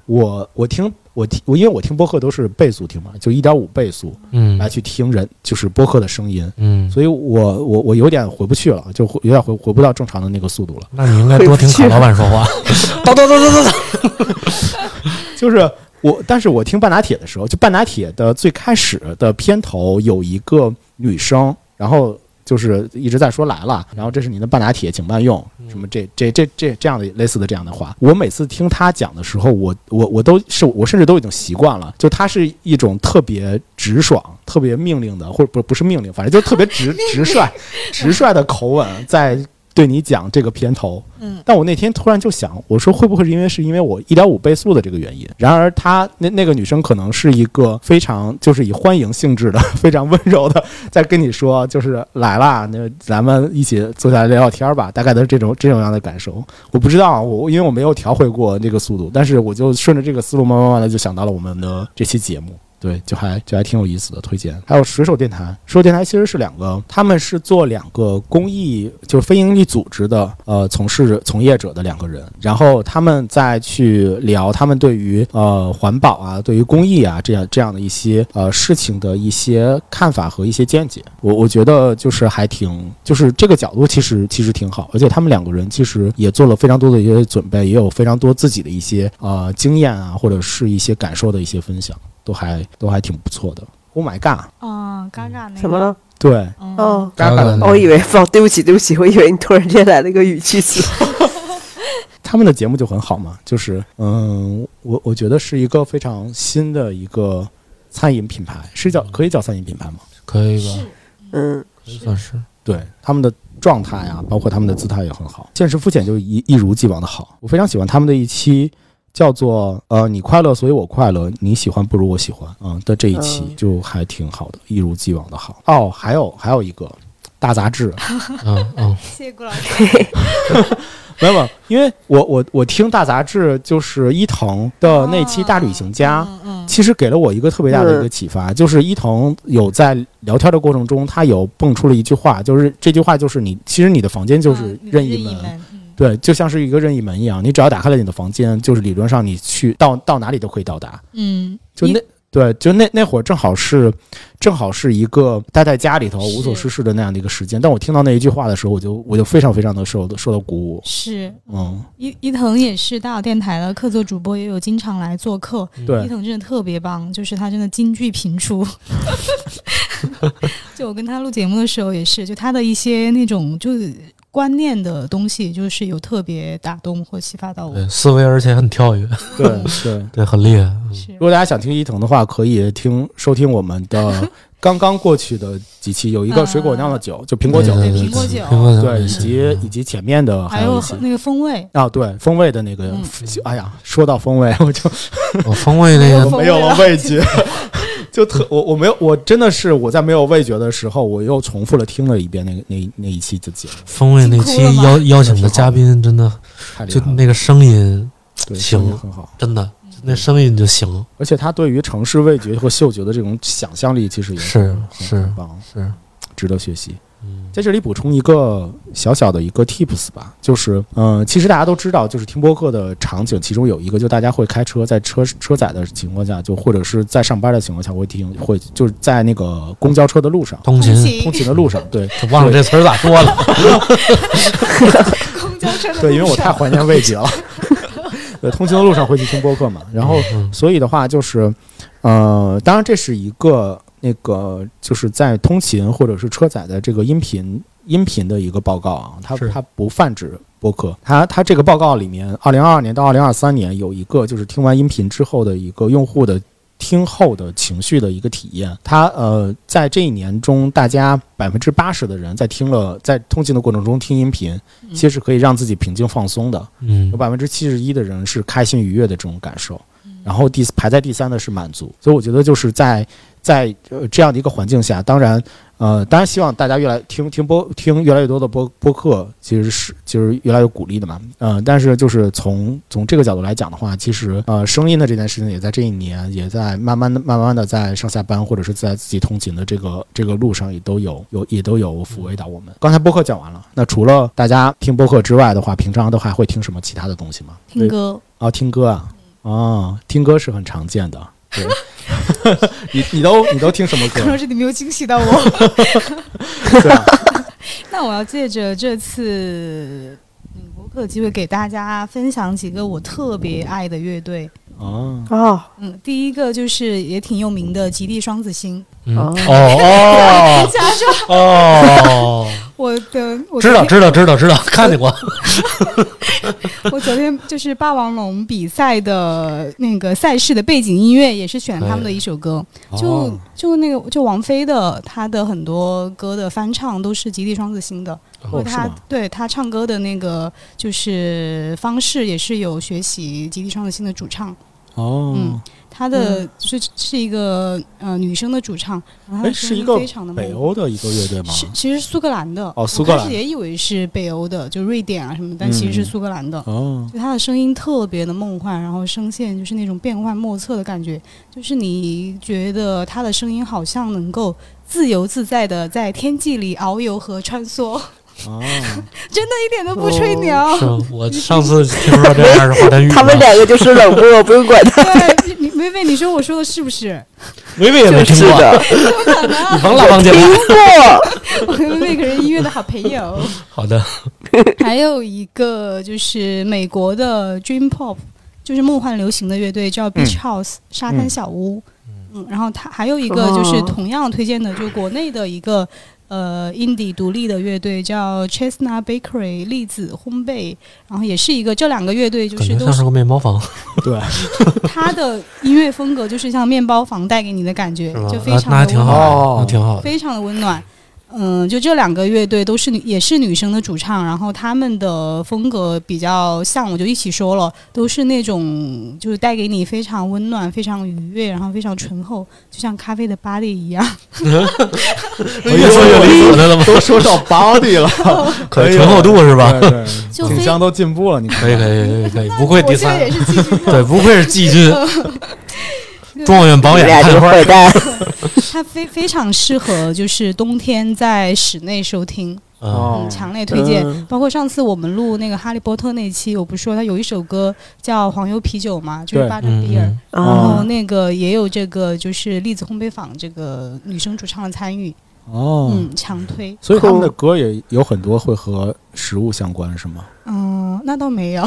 S1: 我我听我听我因为我听播客都是倍速听嘛，就一点五倍速
S2: 嗯
S1: 来去听人就是播客的声音，
S2: 嗯，
S1: 哎所以我我我有点回不去了，就回有点回回不到正常的那个速度了。
S2: 那你应该多听卡老板说话， 叨叨叨叨叨叨，
S1: 就是我，但是我听半拿铁的时候，就半拿铁的最开始的片头有一个女生，然后就是一直在说来了，然后这是您的半拿铁，请慢用，什么这这这这这样的类似的这样的话，我每次听他讲的时候，我我我都是我甚至都已经习惯了，就他是一种特别直爽、特别命令的，或者不不是命令，反正就是特别直直率、直率的口吻在。对你讲这个片头，
S3: 嗯
S1: 但我那天突然就想，我说会不会是因为是因为我一点五倍速的这个原因？然而她那那个女生可能是一个非常就是以欢迎性质的、 非常温柔的，在跟你说就是来啦，那咱们一起坐下来聊聊天吧，大概都是这种这种样的感受。我不知道，我因为我没有调回过这个速度，但是我就顺着这个思路慢慢慢的就想到了我们的这期节目。对，就还就还挺有意思的推荐。还有水手电台，水手电台其实是两个，他们是做两个公益，就是非营利组织的，呃，从事从业者的两个人，然后他们再去聊他们对于呃环保啊，对于公益啊这样这样的一些呃事情的一些看法和一些见解。我我觉得就是还挺，就是这个角度其实其实挺好，而且他们两个人其实也做了非常多的一些准备，也有非常多自己的一些呃经验啊，或者是一些感受的一些分享。都还都还挺不错的。Oh my god！
S3: 啊，嘎嘎那个
S5: 什么？了？
S1: 对，
S3: 嗯，
S5: 哦，
S1: 嘎嘎的
S2: 嗯
S5: 哦我以为哦，对不起，对不起，我以为你突然间来了个语气词。
S1: 他们的节目就很好嘛，就是嗯，我我觉得是一个非常新的一个餐饮品牌，是叫可以叫餐饮品牌吗？
S2: 可以吧？
S3: 是
S5: 嗯，
S2: 可以算是，
S1: 对，他们的状态啊，包括他们的姿态也很好，现实肤浅就一一如既往的好。我非常喜欢他们的一期叫做呃你快乐所以我快乐，你喜欢不如我喜欢啊、的这一期
S5: 嗯
S1: 就还挺好的，一如既往的好。哦，还有还有一个大杂志，
S2: 嗯嗯，
S3: 谢谢顾老师。
S1: 没有，没有因为我我我听大杂志就是伊藤的哦那期《大旅行家》
S3: 嗯嗯，
S1: 其实给了我一个特别大的一个
S5: 嗯
S1: 启发，就是伊藤有在聊天的过程中，他有蹦出了一句话，就是这句话就是你其实你的房间哦就是
S3: 嗯
S1: 任
S3: 意
S1: 意门，
S3: 门，嗯
S1: 对，就像是一个任意门一样，你只要打开了你的房间，就是理论上你去到到哪里都可以到达。
S3: 嗯，
S1: 就
S3: 一
S1: 那对，就那那会儿正好是正好是一个待在家里头无所
S3: 是
S1: 事事的那样的一个时间。但我听到那一句话的时候，我就我就非常非常的受受到鼓舞。
S3: 是
S1: 嗯，
S3: 伊伊藤也是大小电台的客座主播，也有经常来做客。伊
S1: 对，
S3: 藤真的特别棒，就是他真的金句频出。 就我跟他录节目的时候也是，就他的一些那种就是观念的东西，就是有特别打动或启发到我。
S2: 对，思维而且很跳跃，
S1: 对对。
S2: 对，很厉害。嗯
S3: 是
S1: 如，果大家想听伊藤的话，可以听收听我们的刚刚过去的几期，有一个水果酿的酒，就苹果酒，
S2: 对
S3: 对
S2: 对
S3: 苹果酒
S2: 对苹果酒，
S1: 对，以及以及前面的
S3: 还
S1: 有
S3: 有
S1: 一些
S3: 那个风味，
S1: 啊，对，风味的那个
S3: 嗯，
S1: 哎呀，说到风味， 我就
S2: 我风味哦 那
S1: 我
S2: 个，
S3: 风
S1: 没
S3: 味
S1: 有
S3: 了
S1: 了味觉， 就特我我没有，我真的是我在没有味觉的时候，我又重复了听了一遍那个那那一期的节目，
S2: 风味那期
S3: 辛苦了吧
S2: 邀邀请的嘉宾真的
S1: 太厉
S2: 就
S1: 害了，
S2: 那个声音，
S1: 对，
S2: 行
S1: 声音很好，
S2: 真的那声音就行，
S1: 而且他对于城市味觉和嗅觉的这种想象力，其实也
S2: 是
S1: 很
S2: 是
S1: 很棒，
S2: 是，
S1: 值得学习。
S2: 嗯，
S1: 在这里补充一个小小的一个 tips 吧，就是，嗯、其实大家都知道，就是听播客的场景，其中有一个就大家会开车，在车车载的情况下，就或者是在上班的情况下会听，会就是在那个公交车的路上，
S2: 通勤
S1: 通勤的路上，对
S2: 就忘了这词儿咋说了，
S3: 公交车的
S1: 对，因为我太怀念味觉了，对，通勤的路上会去听播客嘛，然后
S2: 嗯
S1: 所以的话就是，呃，当然这是一个那个就是在通勤或者是车载的这个音频音频的一个报告啊，它
S2: 是
S1: 它不泛指播客，它它这个报告里面，二零二二年到二零二三年有一个就是听完音频之后的一个用户的。听后的情绪的一个体验，它呃，在这一年中，大家百分之八十的人在听了在通勤的过程中听音频，其实是可以让自己平静放松的。
S2: 嗯
S1: 有，百分之七十一的人是开心愉悦的这种感受，然后第排在第三的是满足，所以我觉得就是在在呃这样的一个环境下，当然呃当然希望大家越来听听播听越来越多的播播客，其实是就是越来越鼓励的嘛，呃，但是就是从从这个角度来讲的话，其实呃声音的这件事情也在这一年也在慢慢的慢慢的在上下班或者是在自己通勤的这个这个路上也都有有也都有抚慰到我们。刚才播客讲完了，那除了大家听播客之外的话，平常都还会听什么其他的东西吗？
S3: 听歌，
S1: 啊，听歌啊，
S3: 嗯
S1: 哦，听歌是很常见的。 对，你你都你都听什么歌
S3: 可？能是你没有惊喜到我。
S1: 对啊，
S3: 那我要借着这次嗯播客机会，给大家分享几个我特别爱的乐队。
S1: 哦，
S5: 哦
S3: 嗯，第一个就是也挺有名的吉利双子星。
S2: 嗯
S5: 哦
S2: 哦
S1: 啊
S2: 哦
S3: 假设
S2: 哦，
S3: 我的，我
S2: 知
S3: 昨
S2: 道
S3: 天
S2: 知道知道知道，看见过，
S3: 我昨天就是霸王龙比赛的那个赛事的背景音乐，也是选他们的一首歌。就
S1: 哦
S3: 就那个就王菲的，她的很多歌的翻唱都是吉利双子星的，或
S1: 哦
S3: 者
S1: 是
S3: 她
S1: 吗？
S3: 对她唱歌的那个就是方式也是有学习吉利双子星的主唱。
S1: 哦
S3: 嗯，她的是是一个呃女生的主唱，然后
S1: 哎
S3: 她的
S1: 是
S3: 声
S1: 一
S3: 音
S1: 个
S3: 非常的
S1: 北
S3: 美。
S1: 欧的一个乐队吗？
S3: 是，其实是苏格兰的
S1: 哦
S3: 我
S1: 苏格兰
S3: 开始也以为是北欧的，就瑞典啊什么，但其实是
S1: 嗯
S3: 苏格兰的。
S1: 哦，
S3: 就他的声音特别的梦幻，然后声线就是那种变幻莫测的感觉，就是你觉得他的声音好像能够自由自在的在天际里遨游和穿梭，
S1: 哦，
S3: 一点都不吹牛。
S2: 是我上次听说这样是华晨宇，
S5: 他们两个就是冷漠，不用管他。
S3: 对，你薇薇，你说我说的是不是？
S2: 维维也 没听
S5: 是
S2: 过，
S5: 的，
S3: 不可能，
S2: 你甭拉帮结派。
S3: 我跟薇薇可是音乐的好朋友。
S2: 好的，
S3: 还有一个就是美国的 Dream Pop，就是梦幻流行的乐队
S2: 嗯
S3: 叫 Beach House、沙滩小屋。嗯，然后它还有一个就是
S5: 哦
S3: 同样推荐的，就国内的一个呃 indie 独立的乐队叫 Chestnut Bakery 栗子烘焙，然后也是一个这两个乐队就
S2: 感
S3: 是
S2: 觉
S3: 都
S2: 像
S3: 是
S2: 是个面包房，
S1: 对，
S3: 哎它的音乐风格就是像面包房带给你的感觉
S2: 是吗，？
S3: 就非
S2: 那那还
S3: 常的
S2: 挺
S3: 温暖
S2: 好的，
S1: 哦
S2: 那挺好的。
S3: 非常的温暖。嗯，就这两个乐队都是女，也是女生的主唱，然后他们的风格比较像，我就一起说了，都是那种就是带给你非常温暖、非常愉悦，然后非常醇厚，就像咖啡的 body 一样。
S2: 我
S1: 哎
S3: 哎
S2: 越说越离谱他了吗？
S1: 都说到 body 了，
S2: 可
S1: 以
S2: 以醇厚度是吧？
S1: 对对，
S6: 就
S1: 景
S6: 非
S1: 香都进步了，你看
S2: 可以可以可以可以，不愧
S6: 我
S2: 第
S6: 这个
S2: 三
S6: 也，是继续
S2: 对，不愧是季 军，状元榜
S5: 你
S2: 眼
S5: 俩
S2: 探
S5: 这
S2: 花儿
S5: 坏，蛋，
S3: 它非非常适合就是冬天在室内收听，
S1: 哦
S2: 嗯，
S3: 嗯，强烈推荐。
S5: 嗯
S3: 包括上次我们录那个《哈利波特》那期，我不是说它有一首歌叫《黄油啤酒》嘛，就是
S1: 对
S3: 巴 u
S2: 嗯
S3: t t
S2: 嗯
S5: 啊
S3: 然后哦那个也有这个就是栗子烘焙坊这个女生主唱的参与，
S1: 哦。
S3: 嗯，强推，
S1: 所以他们的歌也有很多会和食物相关，是吗？
S3: 嗯，那倒没有，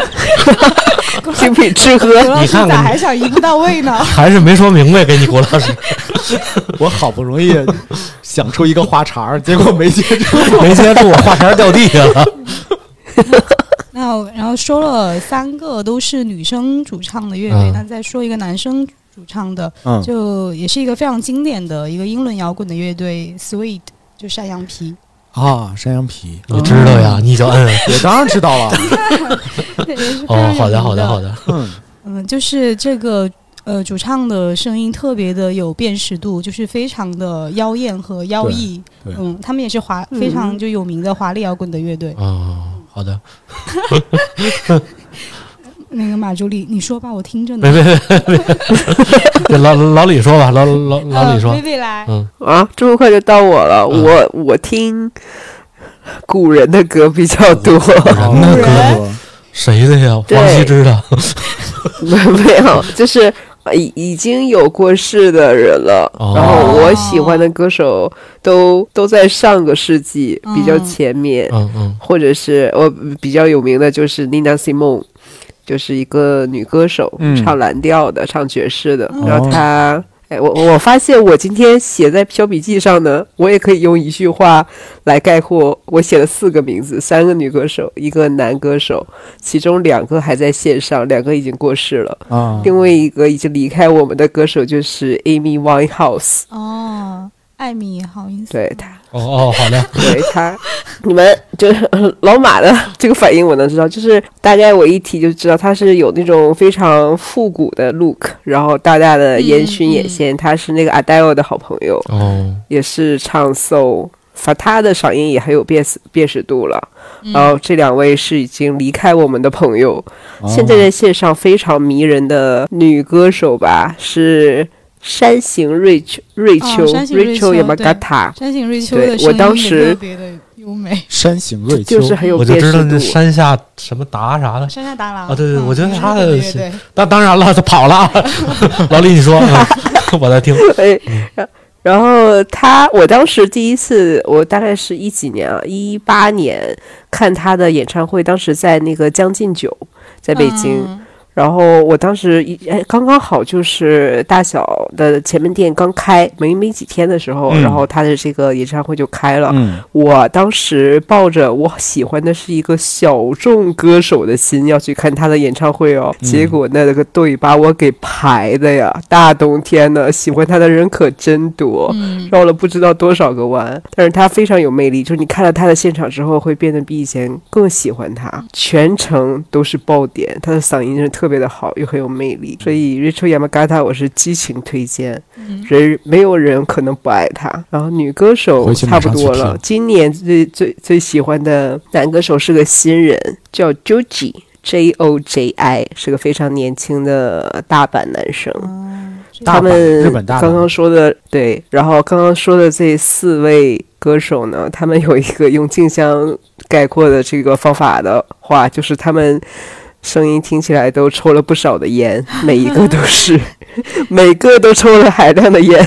S5: 精品 吃喝，
S3: 刘老
S2: 你
S3: 师
S2: 看我
S3: 咋
S2: 们
S3: 还想一步到位呢？
S2: 还是没说明白，给你郭老师
S1: 我好不容易想出一个话茬儿，结果没接住。
S2: 没接住，话茬儿掉地下
S3: 哦
S2: 了。
S3: 那我然后说了三个都是女生主唱的乐队，
S2: 嗯
S3: 那再说一个男生主唱的，
S1: 嗯
S3: 就也是一个非常经典的一个英伦摇滚的乐队，Sweet，就山羊皮。
S1: 啊，山羊皮，
S2: 你知道呀？你就摁。
S1: 我当然知道了。
S3: 对也是非常有
S2: 哦，
S3: 名
S2: 好的，好的，好。的。
S1: 嗯，
S3: 嗯，就是这个呃，主唱的声音特别的有辨识度，就是非常的妖艳和妖异。
S1: 对对
S3: 嗯，他们也是华非常就有名的华丽摇滚的乐队。
S2: 哦，好的。
S5: 嗯
S3: 那个马助理，你说吧，我听着
S2: 没
S3: 呢。
S2: 没没没， 老老李说吧，老老老李说
S3: 呃薇，薇来，
S2: 嗯，
S5: 啊，这么快就到我了。
S2: 嗯
S5: 我我听古人的歌比 较多，
S1: 嗯
S2: 人的歌，
S1: 歌
S2: 谁的呀？
S5: 对
S2: 王羲之的。
S5: 没有，就是呃已已经有过世的人了。
S2: 哦
S5: 然后我喜欢的歌手都都在上个世纪
S3: 嗯
S5: 比较前面，
S2: 嗯嗯
S5: 或者是我比较有名的就是 Nina Simone。就是一个女歌手，
S1: 嗯
S5: 唱蓝调的，唱爵士的。
S3: 嗯
S5: 然后她，哎，我我发现我今天写在小笔记上呢，我也可以用一句话来概括。我写了四个名字，三个女歌手，一个男歌手，其中两个还在线上，两个已经过世了。
S1: 啊，
S5: 另外一个已经离开我们的歌手就是 Amy Winehouse，
S3: 哦，艾米，好意思。
S5: 对她，
S2: 哦哦，好的。
S5: 对她，你们就是老马的这个反应我能知道，就是大概我一提就知道她是有那种非常复古的 look，然后大大的烟熏眼线，她是那个 Adele 的好朋友，
S2: 哦，
S5: 也是唱 soul。反她的嗓音也很有辨识辨识度了，
S3: 嗯
S5: 然后这两位是已经离开我们的朋友，
S1: 哦
S5: 现在在线上非常迷人的女歌手吧，是山形瑞秋瑞秋、
S3: 哦山形瑞秋
S5: Rachel Yamagata，
S3: 山井瑞秋
S5: 对
S3: 的
S5: 我
S3: 声音
S5: 当
S3: 也
S5: 时
S3: 特别的优美。
S1: 山形瑞秋
S5: 就是很有
S2: 我就
S5: 辨识
S2: 知道
S5: 度
S2: 那。山下什么达啥的。
S3: 山下达郎
S2: 啊对对
S3: 嗯
S2: 我觉得
S3: 也是
S2: 他
S3: 日本
S2: 的
S3: 乐队
S2: 那当然了，他跑了。啊老李，你说，嗯我在听。
S5: 对，然然后她，我当时第一次，我大概是一几年啊，一八年看她的演唱会，当时在那个将进酒，在北京。
S3: 嗯
S5: 然后我当时一哎，刚刚好就是大小的前门店刚开没没几天的时候，
S1: 嗯
S5: 然后她的这个演唱会就开了。
S1: 嗯
S5: 我当时抱着我喜欢的是一个小众歌手的心要去看他的演唱会哦，
S1: 嗯
S5: 结果那个队把我给排的呀！大冬天的，喜欢他的人可真多，
S3: 嗯
S5: 绕了不知道多少个弯。但是他非常有魅力，就是你看了他的现场之后，会变得比以前更喜欢他。
S3: 嗯
S5: 全程都是爆点，他的嗓音是特别的好，又很有魅力。所以 Rachel Yamagata 我是激情推荐。
S3: 嗯
S5: 人没有人可能不爱他。然后女歌手
S1: 回去
S5: 差
S1: 马
S5: 不
S1: 上去
S5: 多
S1: 听
S5: 了，今年最最最喜欢的男歌手是个新人，叫 Joji。J O J I 是个非常年轻的大阪男生，
S3: 嗯
S1: 大
S5: 他
S1: 阪
S5: 们
S1: 日本大阪
S5: 刚刚说的对，然后刚刚说的这四位歌手呢， 他们有一个用静香概括的这个方法的话，就是他们声音听起来都抽了不少的烟，每一个都是， 每个都抽了海量的烟。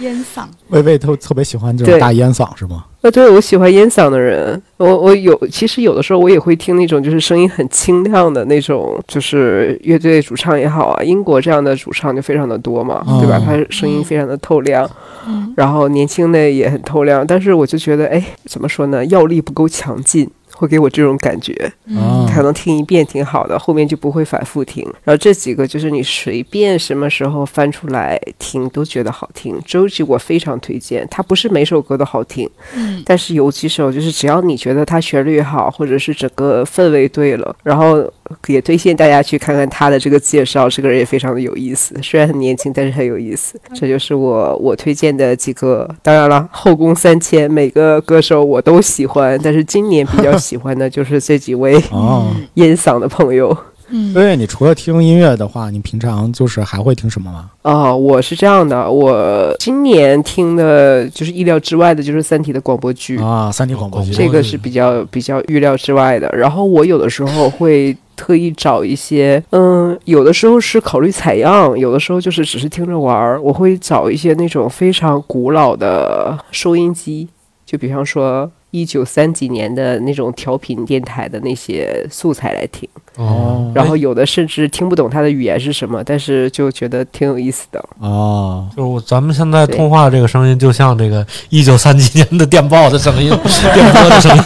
S3: 烟嗓，
S1: 薇薇都特别喜欢这种
S5: 对
S1: 大烟嗓，是吗？
S5: 呃，对，我喜欢烟嗓的人，我我有，其实有的时候我也会听那种就是声音很清亮的那种，就是乐队主唱也好啊，英国这样的主唱就非常的多嘛，对吧
S1: 哦？
S5: 他声音非常的透亮，
S3: 嗯
S5: 然后年轻的也很透亮，但是我就觉得，哎，怎么说呢，药力不够强劲。会给我这种感觉。
S1: 啊
S5: 可能听一遍挺好的，后面就不会反复听。然后这几个就是你随便什么时候翻出来听都觉得好听。周琦我非常推荐，它不是每首歌都好听，
S7: 嗯
S5: 但是有几首就是只要你觉得它旋律好，或者是整个氛围对了，然后也推荐大家去看看他的这个介绍，这个人也非常的有意思，虽然很年轻，但是很有意思。这就是我我推荐的几个，当然了，后宫三千每个歌手我都喜欢，但是今年比较喜欢的就是这几位
S1: 哦，
S5: 烟嗓的朋友。
S7: 嗯
S1: 对，你除了听音乐的话，你平常就是还会听什么吗？
S5: 哦，我是这样的，我今年听的就是意料之外的，就是《三体》的广播剧。
S1: 啊，三体广播剧
S5: 这个是比较比较预料之外的。然后我有的时候会特意找一些，嗯，有的时候是考虑采样，有的时候就是只是听着玩儿。我会找一些那种非常古老的收音机，就比方说一九三几年的那种调频电台的那些素材来听。
S1: 哦
S5: 然后有的甚至听不懂它的语言是什么，但是就觉得挺有意思 的。
S1: 哦，
S2: 就是我咱们现在
S5: 对
S2: 通话这个声音，就像这个一九三几年的电报的声音， 电波的声音。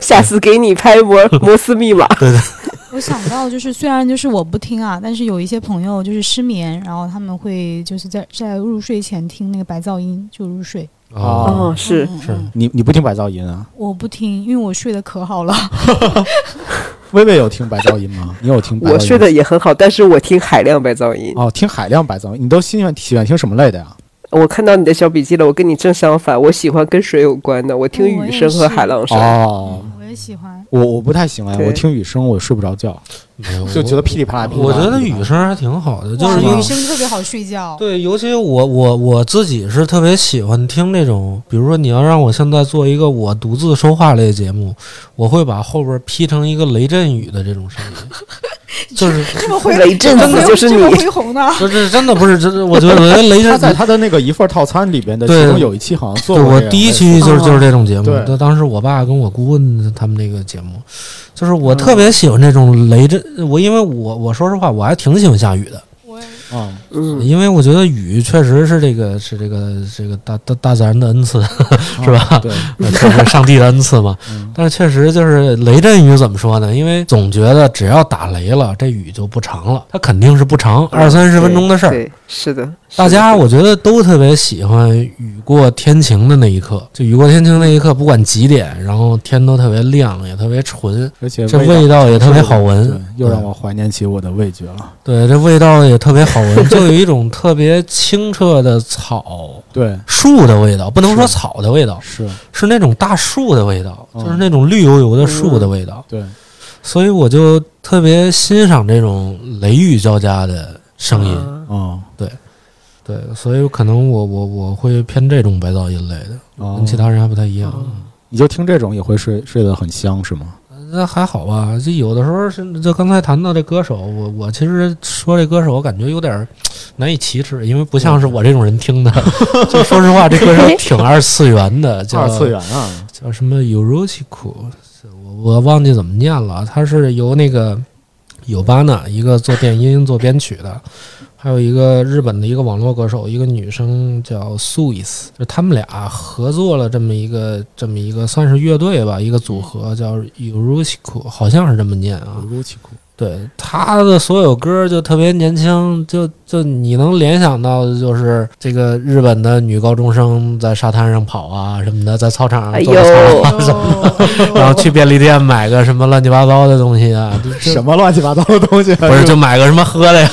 S5: 下次给你拍摩 摩斯密码。
S3: 我想到就是，虽然就是我不听啊，但是有一些朋友就是失眠，然后他们会就是在在入睡前听那个白噪音就入睡。
S1: 哦
S5: 哦，是
S3: 嗯嗯
S2: 是
S3: 嗯
S1: 你你不听白噪音啊？
S3: 我不听，因为我睡得可好了。
S1: 薇薇有听白噪音吗？你有听白噪音
S5: 我
S1: 吗？
S5: 睡得也很好，但是我听海量白噪音。
S1: 哦，听海量白噪音，你都喜欢喜欢听什么类的呀？
S5: 我看到你的小笔记了，我跟你正相反，我喜欢跟水有关的，我听
S3: 哦我
S5: 雨
S3: 也
S5: 声
S3: 是
S5: 和海浪声。
S1: 哦，
S3: 我也喜欢。
S1: 我我不太喜欢，
S5: 对
S1: 我听雨声我睡不着觉，
S2: 没有
S1: 就觉得噼里啪啦。噼里啪啦
S2: 我觉得雨声还挺好的，就
S3: 哇，
S2: 是因为
S3: 女生特别好睡觉。
S2: 对，尤其我我我自己是特别喜欢听那种，比如说你要让我现在做一个我独自说话类节目，我会把后边劈成一个雷阵雨的这种声音，就是
S3: 这么恢
S5: 雷震子就是
S3: 这么
S5: 你
S3: 恢宏呢？
S2: 这这真的不是，这这我觉得我觉得雷
S1: 他
S2: 阵
S1: 在
S2: 雨，
S1: 他的那个一份套餐里边的
S2: 对
S1: 其中有一期好像做
S2: 对
S1: 过
S2: 我
S1: 这个
S2: 第一
S1: 类似
S2: 期就是
S3: 嗯
S2: 就是这种节目
S1: 对，
S2: 就当时我爸跟我姑问他们那个节目，就是我
S1: 嗯
S2: 特别喜欢这种雷阵，我因为我我说实话我还挺喜欢下雨的。
S3: 我哎也
S1: 嗯
S5: 嗯，
S2: 因为我觉得雨确实是这个是这个这个大大大自然的恩赐， 是吧
S1: 嗯对，
S2: 确实上帝的恩赐嘛
S1: 嗯。
S2: 但是确实就是雷阵雨怎么说呢？因为总觉得只要打雷了，这雨就不长了，它肯定是不长，二三十分钟的事儿。
S5: 对，是的。是
S2: 大家
S5: 的
S2: 我觉得都特别喜欢雨过天晴的那一刻，就雨过天晴那一刻，不管几点，然后天都特别亮，也特别纯，
S1: 而且
S2: 这
S1: 味
S2: 味道也特别好闻嗯
S1: 对，又让我怀念起我的味觉了。
S2: 对，这味道也特别好 闻，就有一种特别清澈的草。
S1: 对，
S2: 树的味道，不能说
S1: 是
S2: 草的味道，
S1: 是
S2: 是那种大树的味道，
S1: 嗯
S2: 就是那种绿油油的树的味道。
S1: 对，
S2: 所以我就特别欣赏这种雷雨交加的声音。
S5: 啊
S1: 哦
S2: 对，所以可能我我我会偏这种白噪音类的，
S1: 哦
S2: 跟，其他人还不太一样。
S1: 你就听这种也会睡睡得很香是吗？
S2: 那还好吧，就有的时候是就刚才谈到这歌手，我我其实说这歌手，我感觉有点儿难以启齿，因为不像是我这种人 听的。就说实话，这歌手挺二次元的，叫
S1: 二次元啊，
S2: 叫什么 Urochiku，我我忘记怎么念了。他是由那个友巴呢，一个做电音、做编曲的，还有一个日本的一个网络歌手，一个女生叫 s u i s 就他们俩合作了这么一个这么一个算是乐队吧，一个组合叫 Urochiku，好像是这么念啊。
S1: 乌奇库
S2: 对他的所有歌就特别年轻，就就你能联想到的就是这个日本的女高中生在沙滩上跑啊什么的，在操场
S5: 哎
S2: 上
S5: 呦
S2: 做操， 然后
S3: 哦，
S2: 去便利店买个什么乱七八糟的东西 啊，就
S1: 什么乱七八糟的东西？啊
S2: 不是就买个什么喝的呀？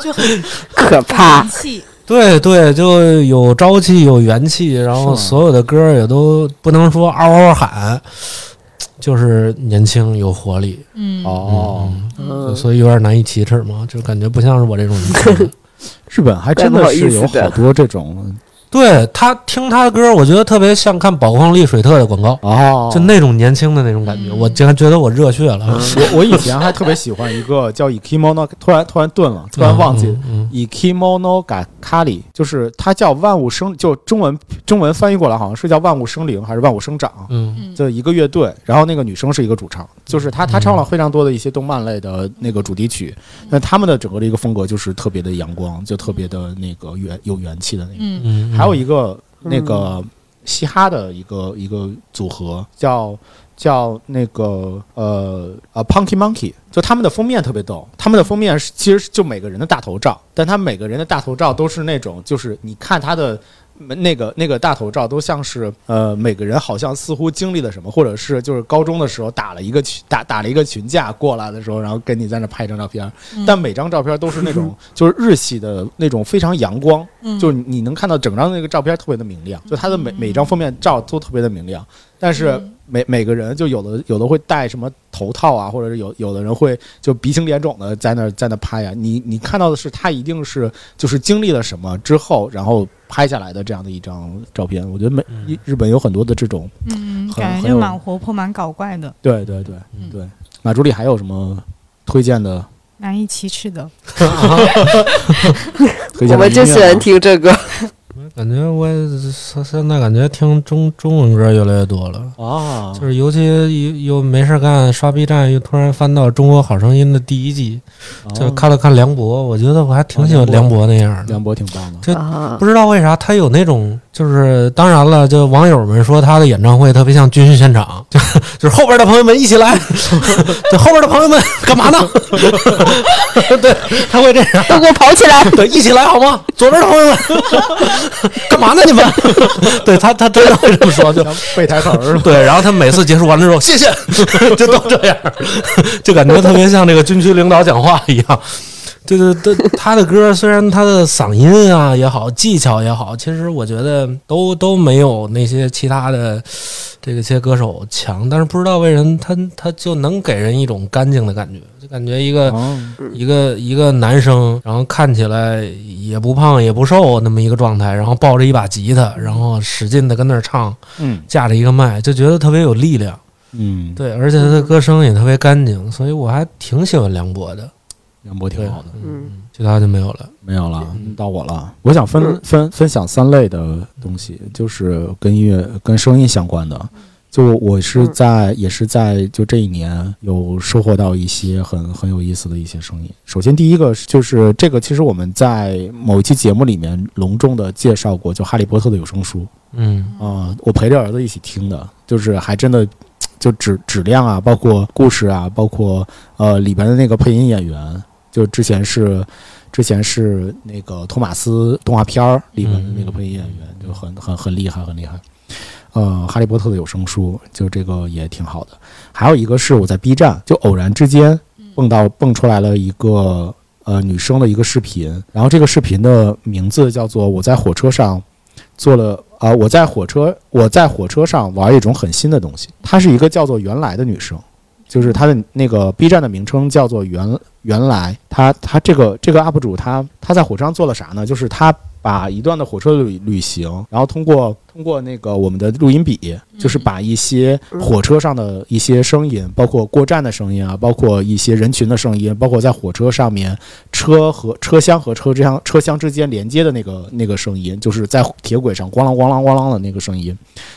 S3: 就很
S5: 可怕
S3: 很。气。
S2: 对对，就有朝气有元气，然
S1: 是吗
S2: 后所有的歌儿也都不能说嗷嗷喊，就是年轻有活力，
S3: 嗯，
S1: 哦，
S5: 嗯，
S2: 所以有点难以启齿嘛，就感觉不像是我这种人听 的。
S1: 日本还真
S5: 怪
S1: 的
S5: 不好意
S1: 是
S5: 思
S1: 有
S5: 的
S1: 好多这种
S2: 对他听他的歌儿，我觉得特别像看宝矿力水特的广告，
S1: 哦，
S2: 就那种年轻的那种感觉，
S3: 嗯
S2: 我竟然觉得我热血了，
S1: 我我以前还特别喜欢一个叫 Ikimono，突然突然顿了，突然忘记。
S2: 嗯，嗯
S1: Ikimono ga kali，就是它叫万物生，就中文中文翻译过来好像是叫万物生灵还是万物生长，
S2: 嗯嗯
S3: 嗯
S1: 就一个乐队，然后那个女生是一个主唱，就是她她唱了非常多的一些动漫类的那个主题曲，那他们的整个的一个风格就是特别的阳光，就特别的那个元有元气的那个。
S3: 嗯，
S2: 嗯，嗯
S1: 还有一个那个嘻哈的一个一个组合，叫叫那个呃呃 Punky Monkey，就他们的封面特别逗。他们的封面是其实就每个人的大头照，但他们每个人的大头照都是那种，就是你看他的。那个那个大头照都像是呃，每个人好像似乎经历了什么，或者是就是高中的时候打了一个群打打了一个群架过来的时候，然后跟你在那拍一张照片，但每张照片都是那种就是日系的那种非常阳光，
S5: 嗯
S3: 嗯
S1: 就是你能看到整张那个照片特别的明亮，就它的每每张封面照都特别的明亮，但是
S5: 嗯
S1: 每每个人就有的有的会戴什么头套啊，或者是有有的人会就鼻青脸肿的在那在那拍呀、你你看到的是他一定是就是经历了什么之后，然后拍下来的这样的一张照片。我觉得美
S2: 嗯
S1: 日本有很多的这种，
S7: 嗯，
S1: 很
S7: 感觉
S1: 很
S7: 就
S1: 有
S7: 蛮活泼、蛮搞怪的，
S1: 对对对
S2: 嗯
S1: 对。马助理还有什么推荐的？
S7: 难以启齿的。
S1: 推荐
S5: 我
S1: 的
S5: 们
S1: 音
S5: 就
S1: 乐
S5: 喜
S1: 吗
S5: 欢听这个，
S2: 感觉我也现现在感觉听中中文歌越来越多了。
S1: 啊
S2: 就是尤其又又没事干，刷 B 站，又突然翻到《中国好声音》的第一季，就看了看梁博，我觉得我还挺喜欢哦梁博那样的。
S1: 梁博挺棒的，
S2: 对
S5: 啊
S2: 不知道为啥他有那种，就是当然了，就网友们说他的演唱会特别像军训现场， 就就是后边的朋友们一起来， 就后边的朋友们干嘛呢？ 对，他会这样，
S5: 都给我跑起来！
S2: 对，一起来好吗？左边的朋友们 干嘛呢？你们？ 对他，他真的会这么 说，就
S1: 像背台词 儿了。
S2: 对，然后他每次结束完了之后，谢谢， 就都这样，就感觉特别像那个军区领导讲话一样。对对对，他的歌虽然他的嗓音啊也好，技巧也好，其实我觉得都都没有那些其他的这个些歌手强，但是不知道为什么他他就能给人一种干净的感觉，就感觉一个
S1: 哦
S2: 一个一个男生，然后看起来也不胖也不瘦那么一个状态，然后抱着一把吉他，然后使劲的跟那儿唱，
S1: 嗯
S2: 架着一个麦，就觉得特别有力量。
S1: 嗯，
S2: 对，而且他的歌声也特别干净，所以我还挺喜欢梁博的。
S1: 梁博挺好的。
S5: 嗯，
S2: 其他就没有了。
S1: 没有了
S2: 嗯，
S1: 到我了。我想分
S5: 嗯
S1: 分分享三类的东西，就是跟音乐、跟声音相关的。就我是
S5: 嗯
S1: 在，也是在就这一年有收获到一些很很有意思的一些声音。首先，第一个是就是这个，其实我们在某一期节目里面隆重的介绍过，就《哈利波特》的有声书。
S2: 嗯
S1: 啊、我陪着儿子一起听的，就是还真的就质质量啊，包括故事啊，包括呃里边的那个配音演员，就之前是之前是那个托马斯动画片儿里边的那个配音演员，就很很很厉害，很厉害。呃，《哈利波特》的有声书，就这个也挺好的。还有一个是我在 B 站，就偶然之间蹦到蹦出来了一个呃女生的一个视频，然后这个视频的名字叫做《我在火车上做了》啊、我在火车我在火车上玩一种很新的东西，她是一个叫做原来的女生。就是她的那个 B 站的名称叫做原原来，她她这个这个 UP 主她她在火车上做了啥呢？就是她把一段的火车旅旅行，然后通过通过那个我们的录音笔，就是把一些火车上的一些声音，包括过站的声音啊，包括一些人群的声音，包括在火车上面车和车厢和车之间车厢之间连接的那个那个声音，就是在铁轨上咣啷咣啷咣啷的那个声音，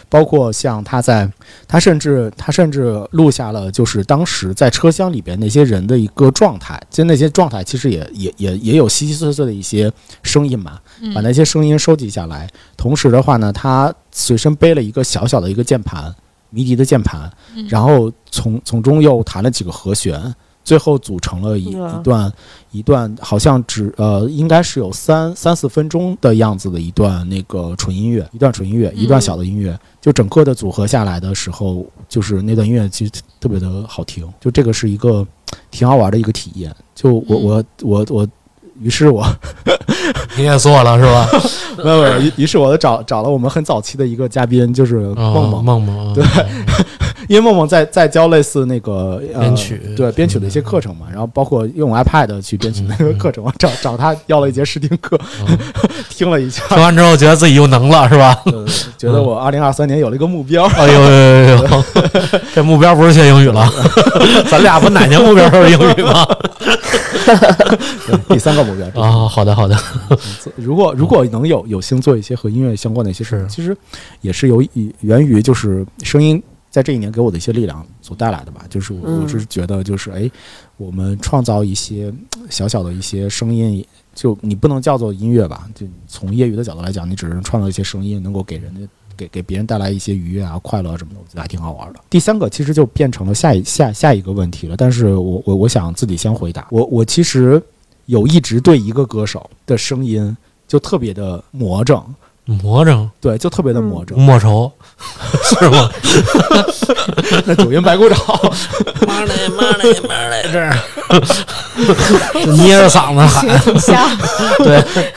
S1: 包括像他在他甚至他甚至录下了就是当时在车厢里边那些人的一个状态，就那些状态其实也也也也有稀稀碎碎的一些声音嘛，
S3: 嗯
S1: 把那些声音收集下来。同时的话呢，他随身背了一个小小的一个键盘，迷笛的键盘，然后从从中又弹了几个和弦，最后组成了一
S5: 哇
S1: 一段一段，好像只呃应该是有三三四分钟的样子的一段那个纯音乐，一段纯音乐，一段小的音乐，就整个的组合下来的时候，就是那段音乐其实特别的好听，就这个是一个挺好玩的一个体验。就我我我我，于是我
S2: 你也做了是吧？
S1: 没有没有，于于是我就找找了我们很早期的一个嘉宾，就是梦
S2: 哦
S1: 梦，
S2: 梦嗯梦，
S1: 对因为梦梦在在教类似那个呃
S2: 编曲
S1: 对编曲的一些课程嘛，然后包括用 iPad 去编曲那个课程，我找找他要了一节试听课，
S2: 嗯
S1: 听了一下，
S2: 听完之后觉得自己又能了是吧？
S1: 呃觉得我二零二三年有了一个目标，
S2: 哎呦呦呦呦！ 这目标不是学英语了，咱俩不 哪年目标都是英语吗？
S1: 第三个目标。这
S2: 啊，好的好的，
S1: 如果如果能有有幸做一些和音乐相关的一些事情，
S2: 是
S1: 其实也是由于源于就是声音在这一年给我的一些力量所带来的吧。就是我
S5: 嗯
S1: 我是觉得就是哎，我们创造一些嗯小小的一些声音，就你不能叫做音乐吧？就从业余的角度来讲，你只是创造一些声音，能够给人家给给别人带来一些愉悦啊、快乐什么的，我觉得还挺好玩的。第三个其实就变成了下一下下一个问题了，但是我我我想自己先回答。我我其实有一直对一个歌手的声音就特别的魔怔，
S2: 魔怔
S1: 对，就特别的魔怔。
S2: 莫愁 是 吗？嗯
S1: 那九阴白 骨爪，
S2: 妈嘞妈嘞妈嘞，这儿捏着嗓 子喊，
S3: 学挺像，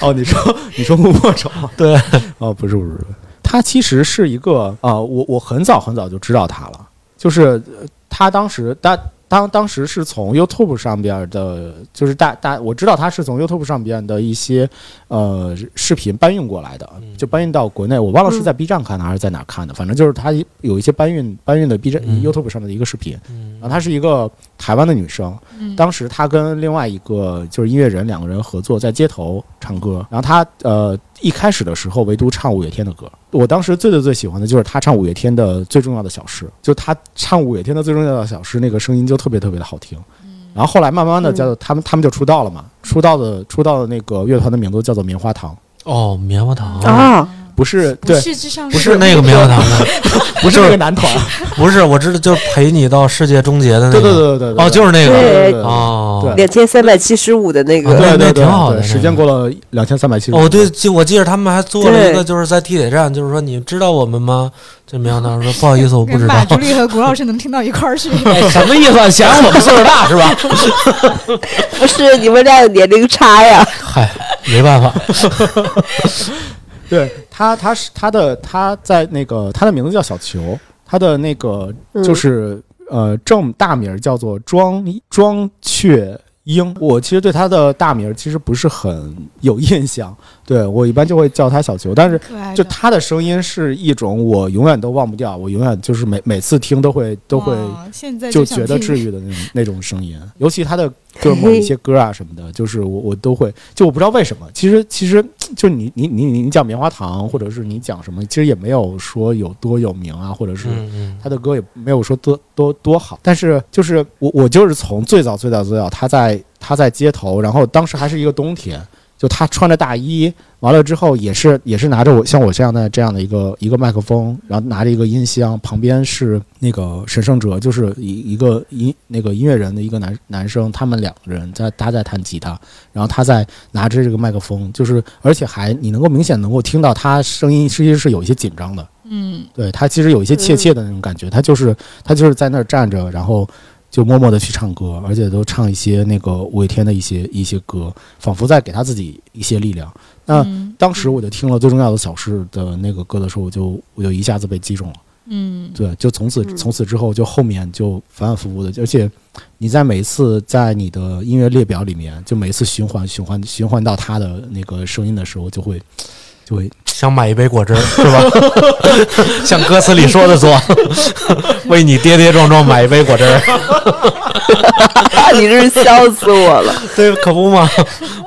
S1: 哦，你说你说莫愁，
S2: 对，
S1: 哦，不是不是，不是他其实是一个啊、呃我我很早很早就知道他了，就是呃他当时他当当时是从 YouTube 上边的，就是大大我知道他是从 YouTube 上边的一些呃视频搬运过来的，
S2: 嗯
S1: 就搬运到国内，我忘了是在 B 站看的还是在哪儿看的，反正就是他有一些搬运搬运的 B 站、
S2: 嗯
S1: YouTube 上的一个视频，
S2: 嗯
S1: 然后她是一个台湾的女生，
S3: 嗯
S1: 当时他跟另外一个就是音乐人两个人合作在街头唱歌，然后他呃一开始的时候唯独唱五月天的歌，我当时最最最喜欢的就是他唱五月天的最重要的小事，就他唱五月天的最重要的小事那个声音就特别特别的好听。然后后来慢慢的
S5: 嗯
S1: 叫做他们他们就出道了嘛，出道的出道的那个乐团的名字叫做棉花糖，
S2: 哦，棉花糖
S3: 哦
S5: 啊，
S1: 不是
S3: 不
S1: 对，
S3: 是之上
S2: 不是那个棉花糖的，
S1: 不是那个男团，
S2: 不是，我知道，就是陪你到世界终结的那个，
S1: 对对对对对，
S2: 哦，就是
S1: 对
S2: 那个，
S1: 对对对
S2: 哦，
S1: 对
S5: 两千三百七十五的那
S2: 啊
S5: 个，
S1: 对
S2: 那
S1: 对对，
S2: 挺好的
S1: 对
S2: 那个
S1: 时间过了两千三百七十，
S2: 哦，对，记我记得他们还做了一个，
S5: 对
S2: 就是在地铁站，就是说你知道我们吗？这棉花糖说不好意思，我不知
S3: 跟
S2: 道
S3: 马。朱丽和谷老师能听到一块 儿去，
S2: 什么意思、 啊？嫌我们岁数大是吧？
S5: 不是你们俩有年龄差呀？
S2: 嗨， 没办法，
S1: 对他，他是他的他在那个他的名字叫小球，他的那个
S5: 嗯
S1: 就是、呃正大名儿叫做庄庄雀英。我其实对他的大名儿其实不是很有印象，对我一般就会叫他小球，但是。
S3: 可爱的
S1: 就他的声音是一种我永远都忘不掉，我永远就是每每次听都会都会
S3: 哇现在
S1: 就
S3: 想
S1: 觉得
S3: 听
S1: 治愈的那种那种声音，尤其他的就是某一些歌啊什么的，就是我我都会，就我不知道为什么，其实其实就你你你你讲棉花糖，或者是你讲什么，其实也没有说有多有名啊，或者是
S2: 嗯
S1: 他的歌也没有说多多多好，但是就是我我就是从最早最早最早他在他在街头，然后当时还是一个冬天，就他穿着大衣，完了之后也是也是拿着我像我这样的这样的一个一个麦克风，然后拿着一个音箱，旁边是那个沈圣哲，就是一一个音那个音乐人的一个男男生，他们两个人在他在弹吉他，然后他在拿着这个麦克风，就是而且还你能够明显能够听到他声音其实是有一些紧张的。
S3: 嗯
S1: 对他其实有一些怯怯的那种感觉，他就是他就是在那儿站着，然后就默默的去唱歌，而且都唱一些那个五月天的一些一些歌，仿佛在给他自己一些力量。那
S3: 嗯
S1: 当时我就听了最重要的小事的那个歌的时候，我就我就一下子被击中了。
S3: 嗯
S1: 对，就从此
S5: 嗯
S1: 从此之后，就后面就反反复复的，而且你在每一次在你的音乐列表里面，就每一次循环循环循环到他的那个声音的时候，就会就会
S2: 想买一杯果汁儿是吧？ 像歌词里说的 做，为你跌跌撞撞买一杯果汁儿，
S5: 你真是笑死 我了，
S2: 对，可不嘛。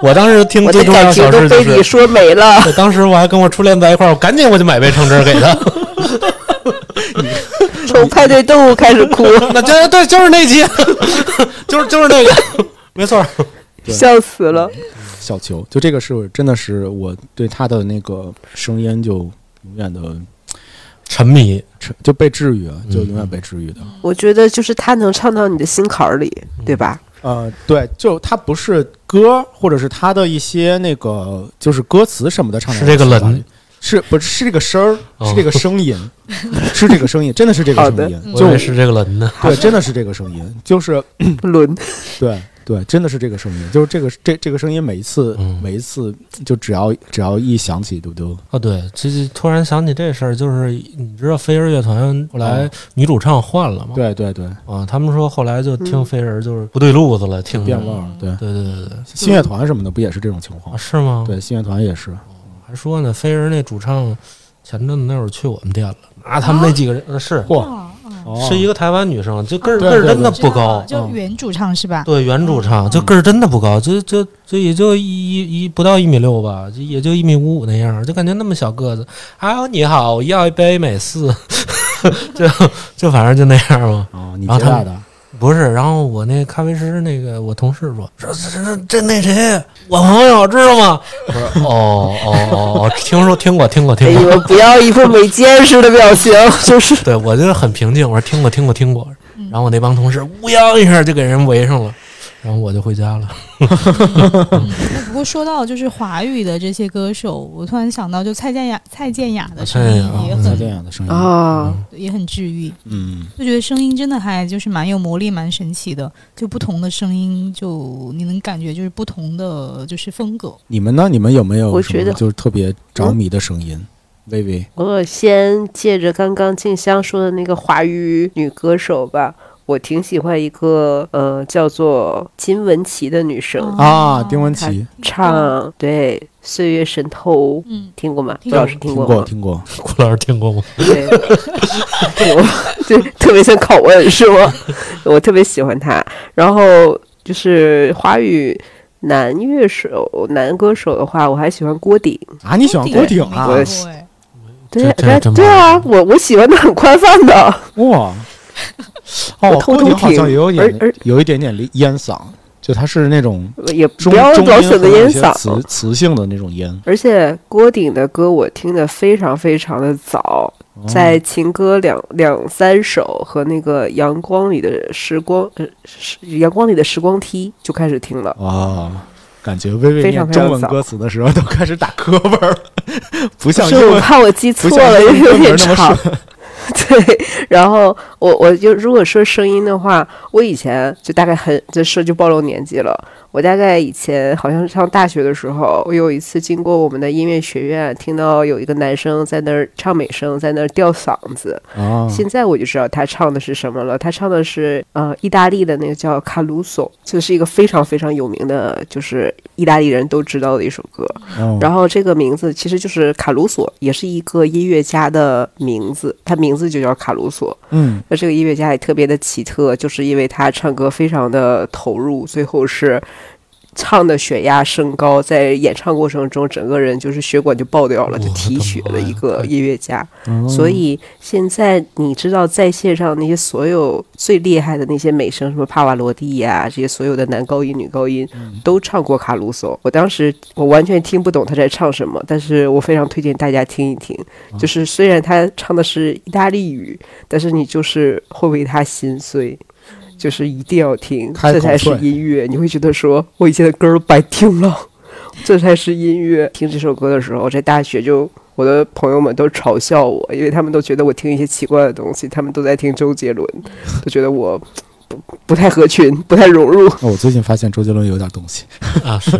S2: 我当时听
S5: 我
S2: 嗯最
S5: 的
S2: 重要
S5: 感
S2: 的
S5: 情
S2: 小
S5: 都
S2: 事就
S5: 被你
S2: 是，
S5: 说没了。
S2: 对当时我还跟我初恋在一块儿，我赶紧我就买杯橙汁儿给他。 嗯
S5: 从派对动物开始哭，
S2: 那就对，就是那集， 就是就是那个，没错儿。
S1: 对
S5: 笑死了。
S1: 小球，就这个是真的是我对他的那个声音就永远的
S2: 沉迷，
S1: 沉就被治愈，啊就永远被治愈的。
S2: 嗯
S5: 我觉得就是他能唱到你的心坎儿里，对吧？
S1: 呃，对，就他不是歌，或者是他的一些那个就是歌词什么的唱的
S2: 是这个冷
S1: 是不是是这个声儿，
S2: 哦
S1: 是这个声音， 是这个声音，真的是这个
S5: 好
S1: 声
S5: 的
S1: 音，
S2: 我
S1: 就
S2: 以为是这个人呢。
S1: 对，真的是这个声音，就是
S2: 嗯
S5: 轮
S1: 对对，真的是这个声音，就是这个这这个声音，每一次、
S2: 嗯
S1: 每一次就只要只要一响起，都都
S2: 哦，对，其实突然想起这事儿，就是你知道飞儿乐团后来女主唱换了吗？
S1: 对对对，
S2: 啊，他们说后来就听
S5: 嗯
S2: 飞儿就是不对路子了，听着
S1: 变味儿，对。
S2: 对对对对，
S1: 新乐团什么的不也是这种情
S2: 啊，
S1: 况？
S2: 是吗？，
S1: 对，新乐团也是。
S2: 还说呢，飞儿那主唱前阵子那会儿去我们店了，啊，他们那几个人、呃是
S7: 嗯
S1: 嚯，
S3: 啊啊
S5: 哦
S2: 是一个台湾女生，就个儿
S1: 对
S2: 个儿
S1: 对
S2: 真的
S1: 对
S2: 不高，啊嗯
S3: 就原主唱是吧？
S2: 对原主唱就个儿真的不高，就就就也就一一不到一米六吧，就也就一米五五那样，就感觉那么小个子。啊，你好， 我要一杯美式，就就反正就那样嘛。
S1: 哦，你啊
S2: 然
S1: 接
S2: 后他
S1: 待的，
S2: 不是，然后我那咖啡师那个我同事说说这这这那谁，我朋友知道吗？我说哦哦哦哦，听说听过听过
S5: 哎，
S2: 听
S5: 你
S2: 过，
S5: 们不要一副没见识的表情，就是
S2: 对我就是很平静，我说听过听过听过，然后我那帮同事乌泱一下就给人围上了，然后我就回家了。
S7: 不过说到就是华语的这些歌手，我突然想到，就蔡健雅，蔡健雅的声
S2: 蔡
S7: 音
S2: 健雅
S7: 也
S1: 啊蔡
S7: 很、
S1: 健雅的
S2: 嗯
S1: 声音，
S5: 啊，
S7: 也很治愈，
S1: 嗯，
S7: 就觉得声音真的还就是蛮有魔力，蛮神奇的。就不同的声音，就你能感觉就是不同的就是风格。
S1: 你们呢？你们有没有
S5: 我
S1: 什么
S5: 觉得
S1: 就是特别着迷的声音？薇薇，
S5: 我先借着刚刚静香说的那个华语女歌手吧，我挺喜欢一个呃叫做金玟岐的女
S7: 哦
S5: 生，
S1: 啊，丁文琪
S5: 唱对《岁月神偷》，
S7: 嗯，
S5: 听过吗？
S7: 听
S5: 杜老
S7: 过
S5: 师
S1: 听
S5: 听过吗？
S1: 听过，
S2: 郭老师听过吗？
S5: 对，听过吗，对，特别想拷问是吗？我特别喜欢她，然后就是华语。男乐手、男歌手的话，我还喜欢郭嗯顶。
S1: 啊！你喜欢郭顶啊
S5: 我？
S7: 没
S5: 也
S7: 听过哎
S5: 对
S2: 这这
S5: 啊，
S2: 真
S5: 对啊，我我喜欢的很宽泛的。
S1: 哇，哦，
S5: 偷
S1: 郭
S5: 偷
S1: 顶好像
S5: 听
S1: 也有
S5: 而
S1: 点
S5: 而
S1: 有一点点烟嗓，就他是那种
S5: 也
S1: 中
S5: 不要
S1: 中
S5: 老
S1: 音和
S5: 选择
S1: 有
S5: 烟
S1: 一些磁
S5: 嗓。
S1: 磁性的那种烟，哦
S5: 而且郭顶的歌我听的非常非常的早，
S1: 哦
S5: 在情歌两两三首和那个阳光里的时光，呃，时阳光里的时光梯就开始听了。
S1: 哦，感觉微微
S5: 非常
S1: 念
S5: 非常
S1: 中文
S5: 早
S1: 歌词的时候都开始打磕巴儿了，不像
S5: 是
S1: 英
S5: 我
S1: 文。
S5: 怕我记错
S1: 不像
S5: 了，因为
S1: 英文
S5: 有
S1: 歌
S5: 点
S1: 那么
S5: 长。 对，然后我我就如果说声音的话，我以前就大概很这说就暴露年纪了。我大概以前好像上大学的时候，我有一次经过我们的音乐学院，听到有一个男生在那儿唱美声，在那儿吊嗓子。
S1: 啊
S5: 现在我就知道他唱的是什么了。他唱的是呃意大利的那个叫卡鲁索，就是一个非常非常有名的，就是意大利人都知道的一首歌。
S1: 嗯
S5: 然后这个名字其实就是卡鲁索，也是一个音乐家的名字，他名字就叫卡鲁索。
S1: 嗯，
S5: 那这个音乐家也特别的奇特，就是因为他唱歌非常的投入，最后是唱的血压升高，在演唱过程中整个人就是血管就爆掉了，就
S2: 我的
S5: 提血
S2: 妈
S5: 的
S2: 呀
S5: 一个音乐家。
S1: 嗯
S5: 所以现在你知道在线上那些所有最厉害的那些美声，什么帕瓦罗蒂呀、这些所有的男高音、女高音，
S1: 哦
S5: 都唱过卡鲁索。我当时我完全听不懂他在唱什么，但是我非常推荐大家听一听。
S1: 嗯
S5: 就是虽然他唱的是意大利语，但是你就是会为他心碎。就是一定要听，
S1: 开
S5: 这
S1: 口
S5: 才是
S1: 脆
S5: 音乐。你会觉得说，我以前的歌儿都白听了， 这才是音乐。听这首歌的时候，在大学就我的朋友们都嘲笑我，因为他们都觉得我听一些奇怪的东西，他们都在听周杰伦，都觉得我不不太合群，不太融入。
S1: 哦我最近发现周杰伦有点东西，
S2: 啊，是是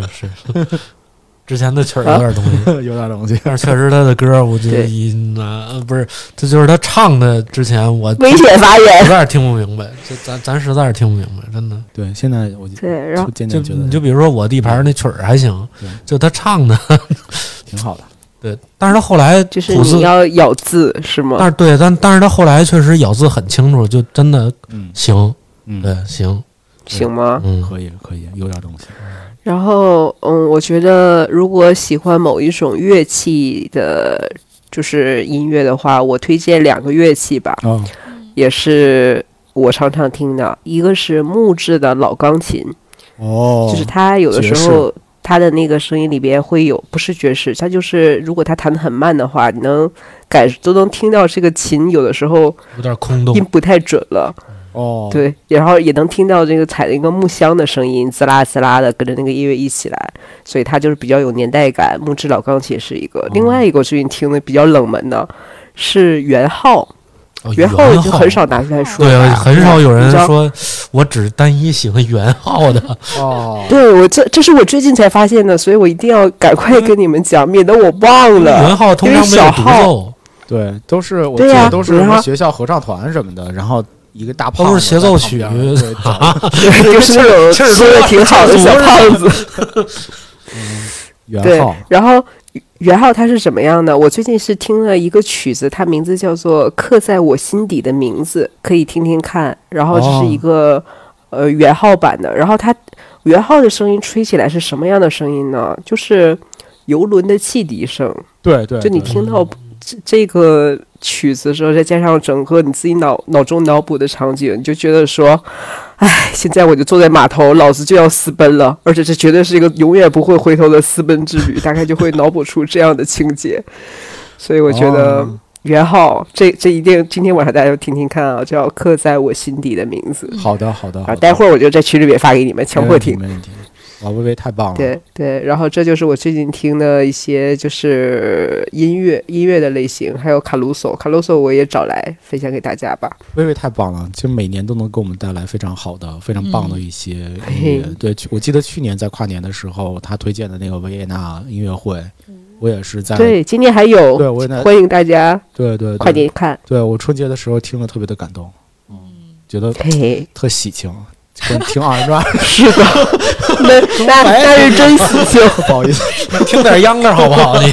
S2: 是， 之前的曲儿有点东西。
S1: 有点东西。
S2: 但是确实他的歌，我觉得
S5: 啊对
S2: 一呃不是，这就是他唱的之前我
S5: 危险发言。
S2: 实在是听不明白，这咱咱实在是听不明白，真的。
S1: 对，现在我就
S5: 对，然后
S1: 就渐
S2: 就
S1: 渐觉得
S2: 你就比如说我地盘那曲儿还行
S1: 对，
S2: 就他唱的，
S1: 挺好的。
S2: 对。但是他后来
S5: 就是
S2: 吐
S5: 你
S2: 字，
S5: 要咬字是
S2: 但
S5: 吗？
S2: 是对，但但是他后来确实咬字很清楚，就真的
S1: 嗯
S2: 行，
S1: 嗯，
S2: 对，行，
S5: 行吗？
S2: 嗯，
S1: 可以可以，有点东西。
S5: 然后，嗯，我觉得如果喜欢某一种乐器的，就是音乐的话，我推荐两个乐器吧，
S1: 哦，
S5: 也是我常常听的，一个是木质的老钢琴，
S1: 哦，
S5: 就是它有的时
S1: 爵
S5: 候它的那个声音里边会有，不是爵士，它就是如果它弹得很慢的话，你能感都能听到这个琴有的时候
S2: 有点空洞
S5: 音，不太准了，
S1: 哦，，
S5: 对，然后也能听到这个踩那个木箱的声音，滋啦滋啦的跟着那个音乐一起来，所以它就是比较有年代感。木质老钢琴是一个，
S2: 哦
S5: 另外一个我最近听的比较冷门的是元昊，
S2: 哦
S5: 元
S2: 元
S5: 昊就很
S2: 昊
S5: 少拿出来说，
S2: 对，啊很少有人
S5: 你知道
S2: 说我只单一喜欢元昊的，
S1: 哦，
S5: 对我这这是我最近才发现的，所以我一定要赶快跟你们讲，免得我忘了。
S2: 元昊通常没有独奏，
S1: 对，都是我记
S5: 对啊呀
S1: 得都是什
S5: 然
S1: 么
S5: 后
S1: 学校合唱团什么的，然后一个大胖
S2: 都是
S1: 子
S2: 协
S1: 在
S2: 奏
S1: 旁
S2: 曲
S1: 边儿 对找
S5: 就是那种
S2: 气儿
S5: 说的挺好的小胖子。
S1: 元
S5: 对
S1: 昊，
S5: 然后元昊他是什么样的？我最近是听了一个曲子，它名字叫做《刻在我心底的名字》，可以听听看。然后这是一个、呃元昊版的，然后他元昊的声音吹起来是什么样的声音呢？就是游轮的汽笛声。
S1: 对对，
S5: 就你
S1: 对
S5: 听到这这个曲子的时候，再加上整个你自己脑脑中脑补的场景，你就觉得说，唉，现在我就坐在码头，老子就要私奔了，而且这绝对是一个永远不会回头的私奔之旅，大概就会脑补出这样的情节。所以我觉得
S1: 哦
S5: 元昊这这一定今天晚上大家就听听看啊，叫刻在我心底的名字
S1: 好的好的，好
S5: 啊，
S1: 的
S5: 待会儿我就在群里面发给你们，强迫听。
S1: 没问题，没问题老薇薇太棒了，
S5: 对对，然后这就是我最近听的一些就是音乐音乐的类型，还有卡鲁索，卡鲁索我也找来分享给大家吧。
S1: 薇薇太棒了，其实每年都能给我们带来非常好的、非常棒的一些音乐。
S5: 嘿
S1: 对，去我记得去年在跨年的时候，他推荐的那个维也纳音乐会，我也是在
S5: 对，今年还有，
S1: 对我也在
S5: 欢迎大家
S1: 对对
S5: 快
S1: 对
S5: 点看，
S1: 对我春节的时候听了特别的感动，嗯，觉得
S5: 嘿嘿，
S1: 特喜庆，跟听 二人转
S5: 是的，那那那哎是真喜庆，
S1: 不好意思，
S2: 听点秧歌好不好？你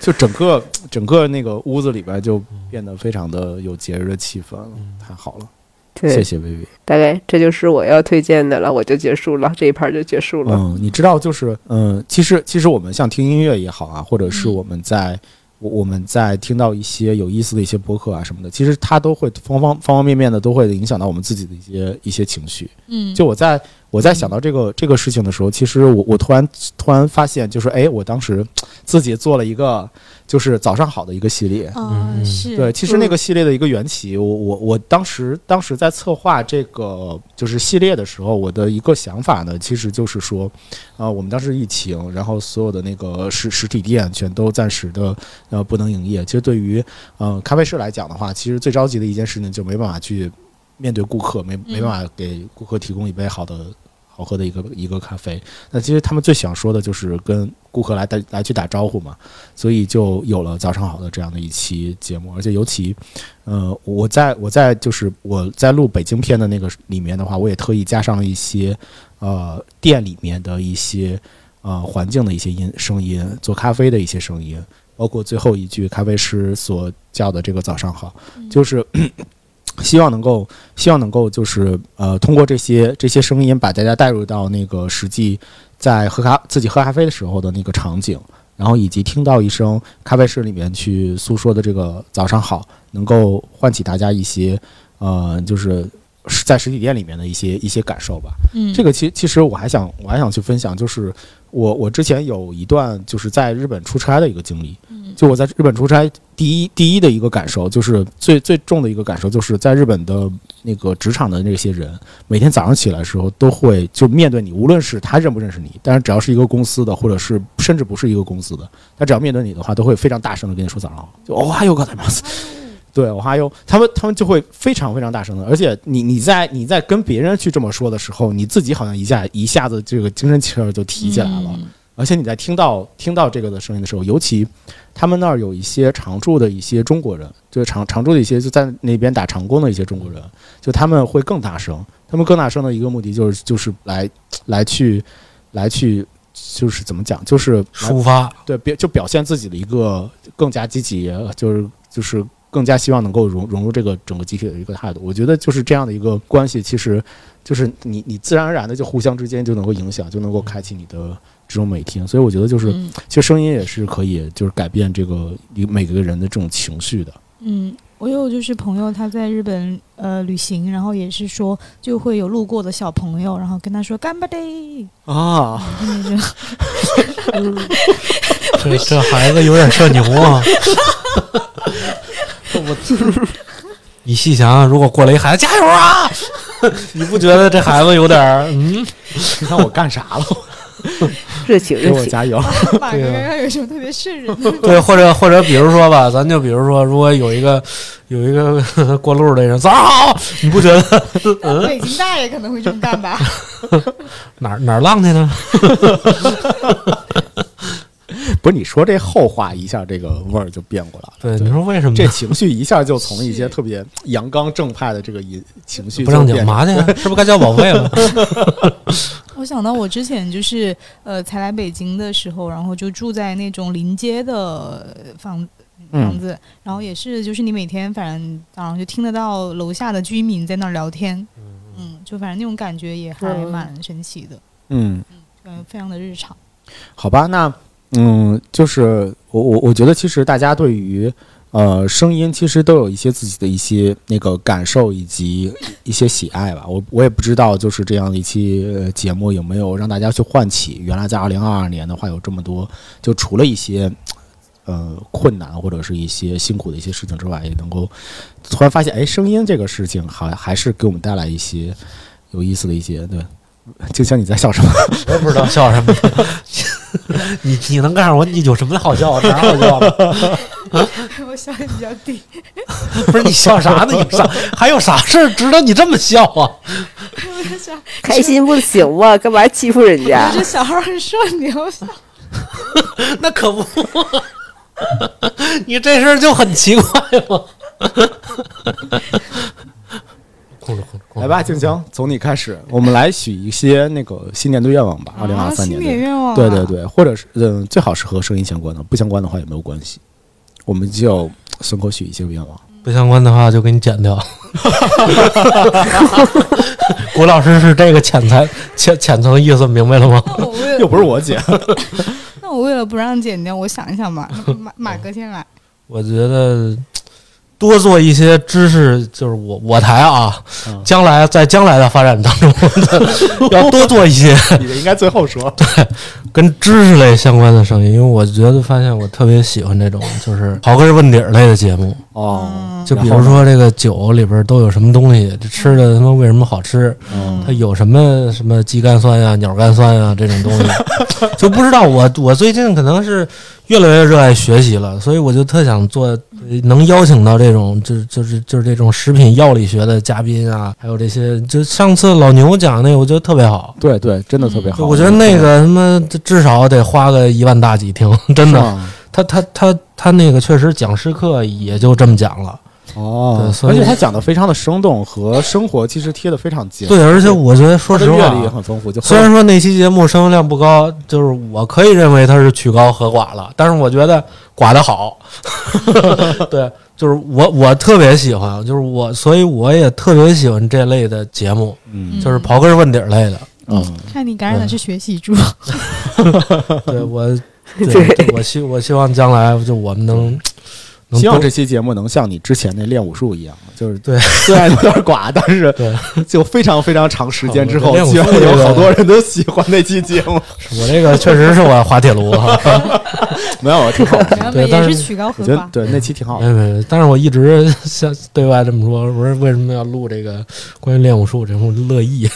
S1: 就就整个整个那个屋子里边就变得非常的有节日的气氛了，太好了，谢
S5: 对，
S1: 谢薇薇。
S5: 大概这就是我要推荐的了，我就结束了，这一盘就结束了。
S1: 嗯，你知道，就是嗯，其实其实我们像听音乐也好啊，或者是我们在、我我们在听到一些有意思的一些播客啊什么的，其实它都会方方方方面面的都会影响到我们自己的一些一些情绪。
S3: 嗯，
S1: 就我在我在想到这个、这个事情的时候，其实我我突然突然发现，就是哎，我当时自己做了一个就是早上好的一个系列。
S3: 嗯是
S1: 对，其实那个系列的一个缘起，我我我当时当时在策划这个就是系列的时候，我的一个想法呢，其实就是说，啊、我们当时疫情，然后所有的那个实实体店全都暂时的呃不能营业。其实对于呃咖啡师来讲的话，其实最着急的一件事情就没办法去面对顾客，没没办法给顾客提供一杯好的。好喝的一个一个咖啡，那其实他们最想说的就是跟顾客来打来去打招呼嘛，所以就有了早上好的这样的一期节目，而且尤其，呃，我在我在就是我在录北京篇的那个里面的话，我也特意加上了一些呃店里面的一些呃环境的一些音声音，做咖啡的一些声音，包括最后一句咖啡师所叫的这个早上好，就是。 希望能够，希望能够，就是呃，通过这些这些声音，把大家带入到那个实际在喝咖自己喝咖啡的时候的那个场景，然后以及听到一声咖啡室里面去诉说的这个早上好，能够唤起大家一些呃，就是在实体店里面的一些一些感受吧。
S3: 嗯
S1: 这个其其实我还想我还想去分享，就是我我之前有一段就是在日本出差的一个经历，就我在日本出差第一第一的一个感受，就是最最重的一个感受，就是在日本的那个职场的那些人，每天早上起来的时候都会就面对你，无论是他认不认识你，但是只要是一个公司的，或者是甚至不是一个公司的，他只要面对你的话，都会非常大声的跟你说早上好，就哦还有个什么。 对，我还有他们，他们就会非常非常大声的，而且你你在你在跟别人去这么说的时候，你自己好像一下一下子这个精神气儿就提起来了，
S3: 嗯
S1: 而且你在听到听到这个的声音的时候，尤其他们那儿有一些常住的一些中国人，就是常常住的一些就在那边打长工的一些中国人，就他们会更大声，他们更大声的一个目的就是就是来来去来去就是怎么讲，就是来
S2: 抒发
S1: 对表就表现自己的一个更加积极，就是就是更加希望能够融融入这个整个集体的一个态度。我觉得就是这样的一个关系，其实就是你你自然而然的就互相之间就能够影响，就能够开启你的这种每天。所以我觉得就是，
S3: 嗯
S1: 其实声音也是可以就是改变这个一每个人的这种情绪的。
S3: 嗯，我有就是朋友他在日本呃旅行，然后也是说就会有路过的小朋友，然后跟他说干巴 爹，
S1: 啊，
S3: 嗯就
S2: 这这孩子有点社牛啊！我，你细想想，如果过来一孩子加油啊，你不觉得这孩子有点儿嗯？
S1: 你看我干啥了？
S5: 热情
S1: 嗯给
S5: 热
S1: 我
S5: 情，
S1: 加油！
S3: 马
S2: 对
S3: 哥
S2: 啊
S3: 刚刚有什么特别瘆人的？
S2: 对，或者或者比如说吧，咱就比如说，如果有一个有一个 呵呵过路的人，早上好，你不觉得
S1: 嗯
S3: 北京大爷可能会这么 干吧？
S2: 哪儿哪儿浪去呢？
S1: 不是你说这后话一下，这个味儿就变过来了。
S2: 对，你说为什么
S1: 这
S2: 呢？
S1: 情绪一下就从一些特别阳刚正派的这个一情绪
S2: 不正
S1: 就
S2: 经
S1: 变成
S2: 嘛去？是不是该交保费了？
S3: 我想到我之前就是呃才来北京的时候，然后就住在那种临街的呃房
S1: 嗯
S3: 房子，然后也是就是你每天反正早上就听得到楼下的居民在那儿聊天，嗯，就反正那种感觉也还
S5: 嗯
S3: 蛮神奇的，
S1: 嗯，
S3: 嗯，非常的 日常。
S1: 好吧，那嗯，就是我我我觉得其实大家对于呃声音其实都有一些自己的一些那个感受以及一些喜爱吧。我我也不知道，就是这样的一期呃节目有没有让大家去唤起原来在二零二二年的话有这么多，就除了一些。呃，困难或者是一些辛苦的一些事情之外，也能够突然发现，哎，声音这个事情好像还是给我们带来一些有意思的一些，对，就像你在笑什么？
S2: 我也不知道笑 什么。你你能告诉我你有什么好笑？哪好笑了？
S3: 我笑的比较低，
S2: 不是你笑啥呢？有啥还有啥事儿值得你这么笑啊？
S3: 我 在想，
S5: 开心不行吗？干嘛欺负人家
S1: 啊
S3: 我？这小孩很顺溜，
S2: 那可不， 你这事儿就很奇怪嘛。控制控制控
S1: 来
S2: 制，
S1: 吧，静香，从你开始，我们来许一些那个新年的愿望吧，二零二
S3: 啊
S1: 三
S3: 新
S1: 年
S3: 年
S1: 的，
S3: 愿望、啊，
S1: 对对，对，或者是嗯，最好是和声音相关的，不相关的话也没有关系，我们就随口许一些愿望。
S2: 不相关的话就给你 剪掉。谷老师是这个潜台浅浅层意思，明白了吗？
S3: 那我为
S1: 又
S3: 了
S1: 不是我姐，
S3: 那我为了不让剪掉，我想一想吧，马马哥先来，
S2: 我觉得多做一些知识，就是我我台啊，
S1: 嗯
S2: 将来在将来的发展当中， 要多做一些
S1: 你的应该最后说。
S2: 跟知识类相关的声音，因为我觉得发现我特别喜欢这种就是刨根问底儿类的节目，
S3: 嗯
S1: 哦，
S2: 就比如说这个酒里边都有什么东西，这吃的他妈为什么好吃，
S1: 嗯，
S2: 它有什么什么鸡肝酸呀、鸟肝酸呀这种东 西，就不知道我我最近可能是越来越热爱学习了，所以我就特想做能邀请到这种就就是就是这种食品药理学的嘉宾啊，还有这些就上次老牛讲那个我觉得特别好，
S1: 对对，真的特
S3: 嗯
S1: 别好。
S2: 就我觉得那个他妈至少得花个一万大几听， 真
S1: 是
S2: 的，
S1: 吗
S2: 他他他他那个确实讲师课也就这么讲了。
S1: 哦
S2: 对，所
S1: 而
S2: 以
S1: 且他讲的非常的生动，和生活其实贴的非常近。
S2: 对，而且我觉得说
S1: 他的
S2: 实
S1: 阅历也
S2: 话，啊
S1: 很丰富，就
S2: 虽然说那期节目收听量不高，就是我可以认为它是曲高和寡了，但是我觉得寡的好。 对，就是我我特别喜欢，就是我，所以我也特别喜欢这类的节目，
S1: 嗯
S2: 就是刨根问底儿类 的。
S1: 嗯，
S3: 看你感染的是学习猪，
S2: 对 我，对，对我希我希望将来就我们 能。能
S1: 希
S2: 多
S1: 望这期节目能像你之前那练武术一样，就是
S2: 对，
S1: 虽然有点寡，但是
S2: 对
S1: 就非常非常长时间之后
S2: 好，我
S1: 居
S2: 觉
S1: 然
S2: 得练武
S1: 有
S2: 术这个
S1: 好多人都喜欢那期节目。
S2: 我这个确实是我滑铁卢啊 哈，
S1: 没有，挺好的，
S3: 然后
S2: 对
S3: 也
S2: 但是
S3: 是曲高和
S1: 我觉得
S3: 寡，
S1: 对那期挺好
S2: 没
S1: 的。
S2: 有没有，但是我一直像对外这么说，我说为什么要录这个关于练武术这种乐意，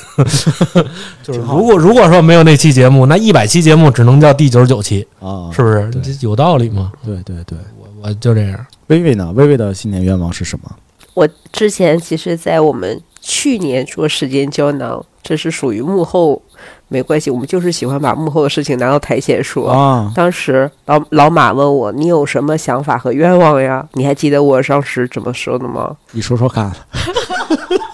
S2: 就是
S1: 挺好的
S2: 如果如果说没有那期节目，那一百期节目只能叫第九十九期，
S1: 啊，
S2: 是不是？
S1: 对
S2: 这有道理吗？
S1: 对对对。
S2: 我我就这样，
S1: 薇薇呢？薇薇的新年愿望是什么？
S5: 我 之前其实，在我们去年做时间胶囊，这是属于幕后，没关系，我们就是喜欢把幕后的事情拿到台前说。
S1: 啊，
S5: 当时老老马问我：“你有什么想法和愿望呀？”你还记得我当时怎么说的吗？
S1: 你说说看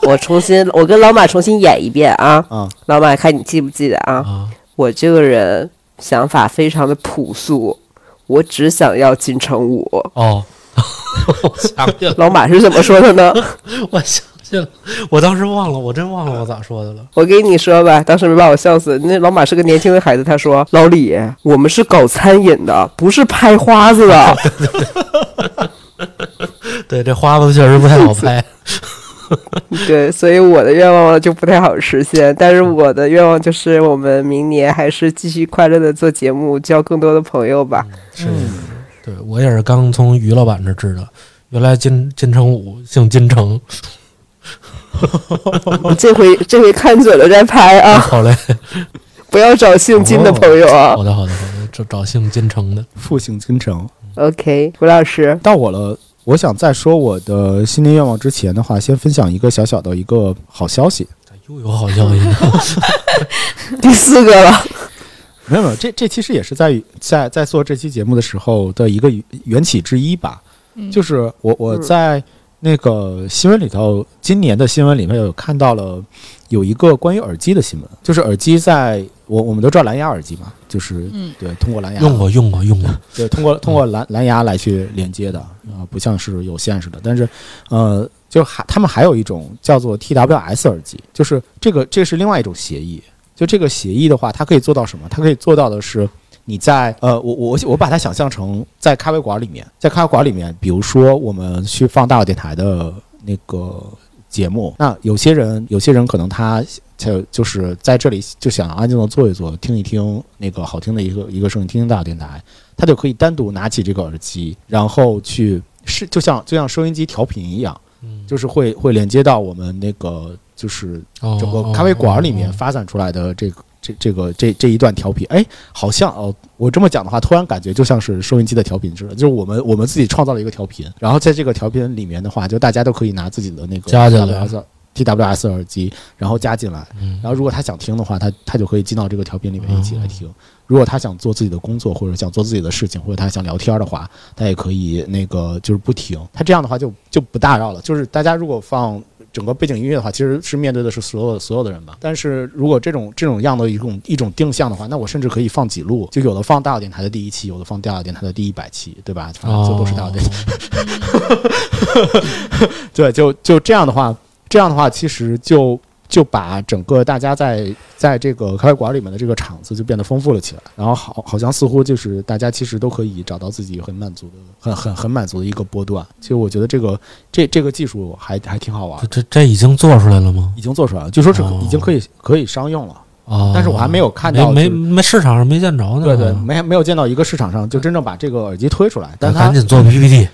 S5: 我重新， 我跟老马重新演一遍啊！
S1: 啊，
S5: 老马，看你记不记得啊？
S2: 啊，
S5: 我这个人想法非常的朴素，我只想要金城武。
S2: 哦， 我想起来了，
S5: 老马是怎么说的呢？
S2: 我想起来了，我当时忘了，我真忘
S1: 嗯
S2: 了我咋说的了。
S5: 我跟你说吧，当时没把我笑死。那老马是个年轻的孩子，他说：“老李，我们是搞餐饮的，不是拍花子的。
S2: 对，这花子确实不太 好拍，”
S5: 对，所以我的愿望就不太好实现。但
S1: 嗯
S5: 是我的愿望就是，我们明年还是继续快乐的做节目，交更多的朋友吧。
S2: 是，嗯对我也是刚从于老板这知道，原来金金城武姓金城，
S1: 嗯
S5: 这回这回看准了再拍啊，
S2: 好嘞。
S5: 不要找姓金
S1: 哦
S5: 的朋友啊。
S2: 好的，好的，好的，找找姓金城的。
S1: 复兴金城
S5: OK，胡老师，
S1: 到我了。我想在说我的新年愿望之前的话，先分享一个小小的一个好消息。
S2: 又有好
S1: 哎
S2: 消息，
S5: 第四个了，
S1: 没有没有，这这其实也是在在在做这期节目的时候的一个缘缘起之一吧。
S3: 嗯
S1: 就是我我
S5: 嗯
S1: 在那个新闻里头，今年的新闻里面有看到了有一个关于耳机的新闻，就是耳机在我我们都知道蓝牙耳机嘛，就是
S3: 嗯
S1: 对通过蓝牙
S2: 用过，用过，用过。
S1: 对，通过通过蓝蓝牙来去连接的啊、不像是有线似的。但是，呃，就还他们还有一种叫做 TWS 耳机，就是这个这是另外一种协议。就这个协议的话，它可以做到什么？它可以做到的是，你在呃，我我我把它想象成在咖啡馆里面，在咖啡馆里面，比如说我们去放大小电台的那个节目，那有些人有些人可能他就就是在这里就想安静的坐一坐，听一听那个好听的一个一个声音，听听大小电台，他就可以单独拿起这个耳机，然后去是就像就像收音机调频一样，
S2: 嗯
S1: 就是会会连接到我们那个就是
S2: 哦
S1: 整个
S2: 哦
S1: 咖啡馆里面
S2: 哦
S1: 发散出来的这个这这个这这一段调频，哎，好像哦，我这么讲的话，突然感觉就像是收音机的调频似的，就是我们我们自己创造了一个调频，然后在这个调频里面的话，就大家都可以拿自己的那个
S2: 加进来
S1: TWS TWS 耳机，然后加进来，
S2: 嗯
S1: 然后如果他想听的话，他他就可以进到这个调频里面一起来
S2: 嗯
S1: 听。如果他想做自己的工作，或者想做自己的事情，或者他想聊天的话，他也可以那个就是不停。他这样的话就就不打扰了。就是大家如果放整个背景音乐的话，其实是面对的是所有所有的人嘛。但是如果这种这种样的一种一种定向的话，那我甚至可以放几路，就有的放大小电台的第一期，有的放大小电台的第一百期，对吧？反正这都是大小电台。 对，就就这样的话，这样的话，其实就就把整个大家在在这个咖啡馆里面的这个场子就变得丰富了起来。然后好，好像似乎就是大家其实都可以找到自己很满足的、很很很满足的一个波段。其实我觉得这个这这个技术还还挺好玩
S2: 这，哦这这已经做出来了吗？
S1: 已经做出来了，据嗯说是
S2: 哦
S1: 已经可以可以商用了。
S2: 啊，
S1: 但是我还没有看
S2: 没
S1: 到
S2: 没
S1: 就是
S2: 没市场上没见着呢。
S1: 对对，没没有见到一个市场上就真正把这个耳机推出来，但嗯它
S2: 赶紧做 PPT，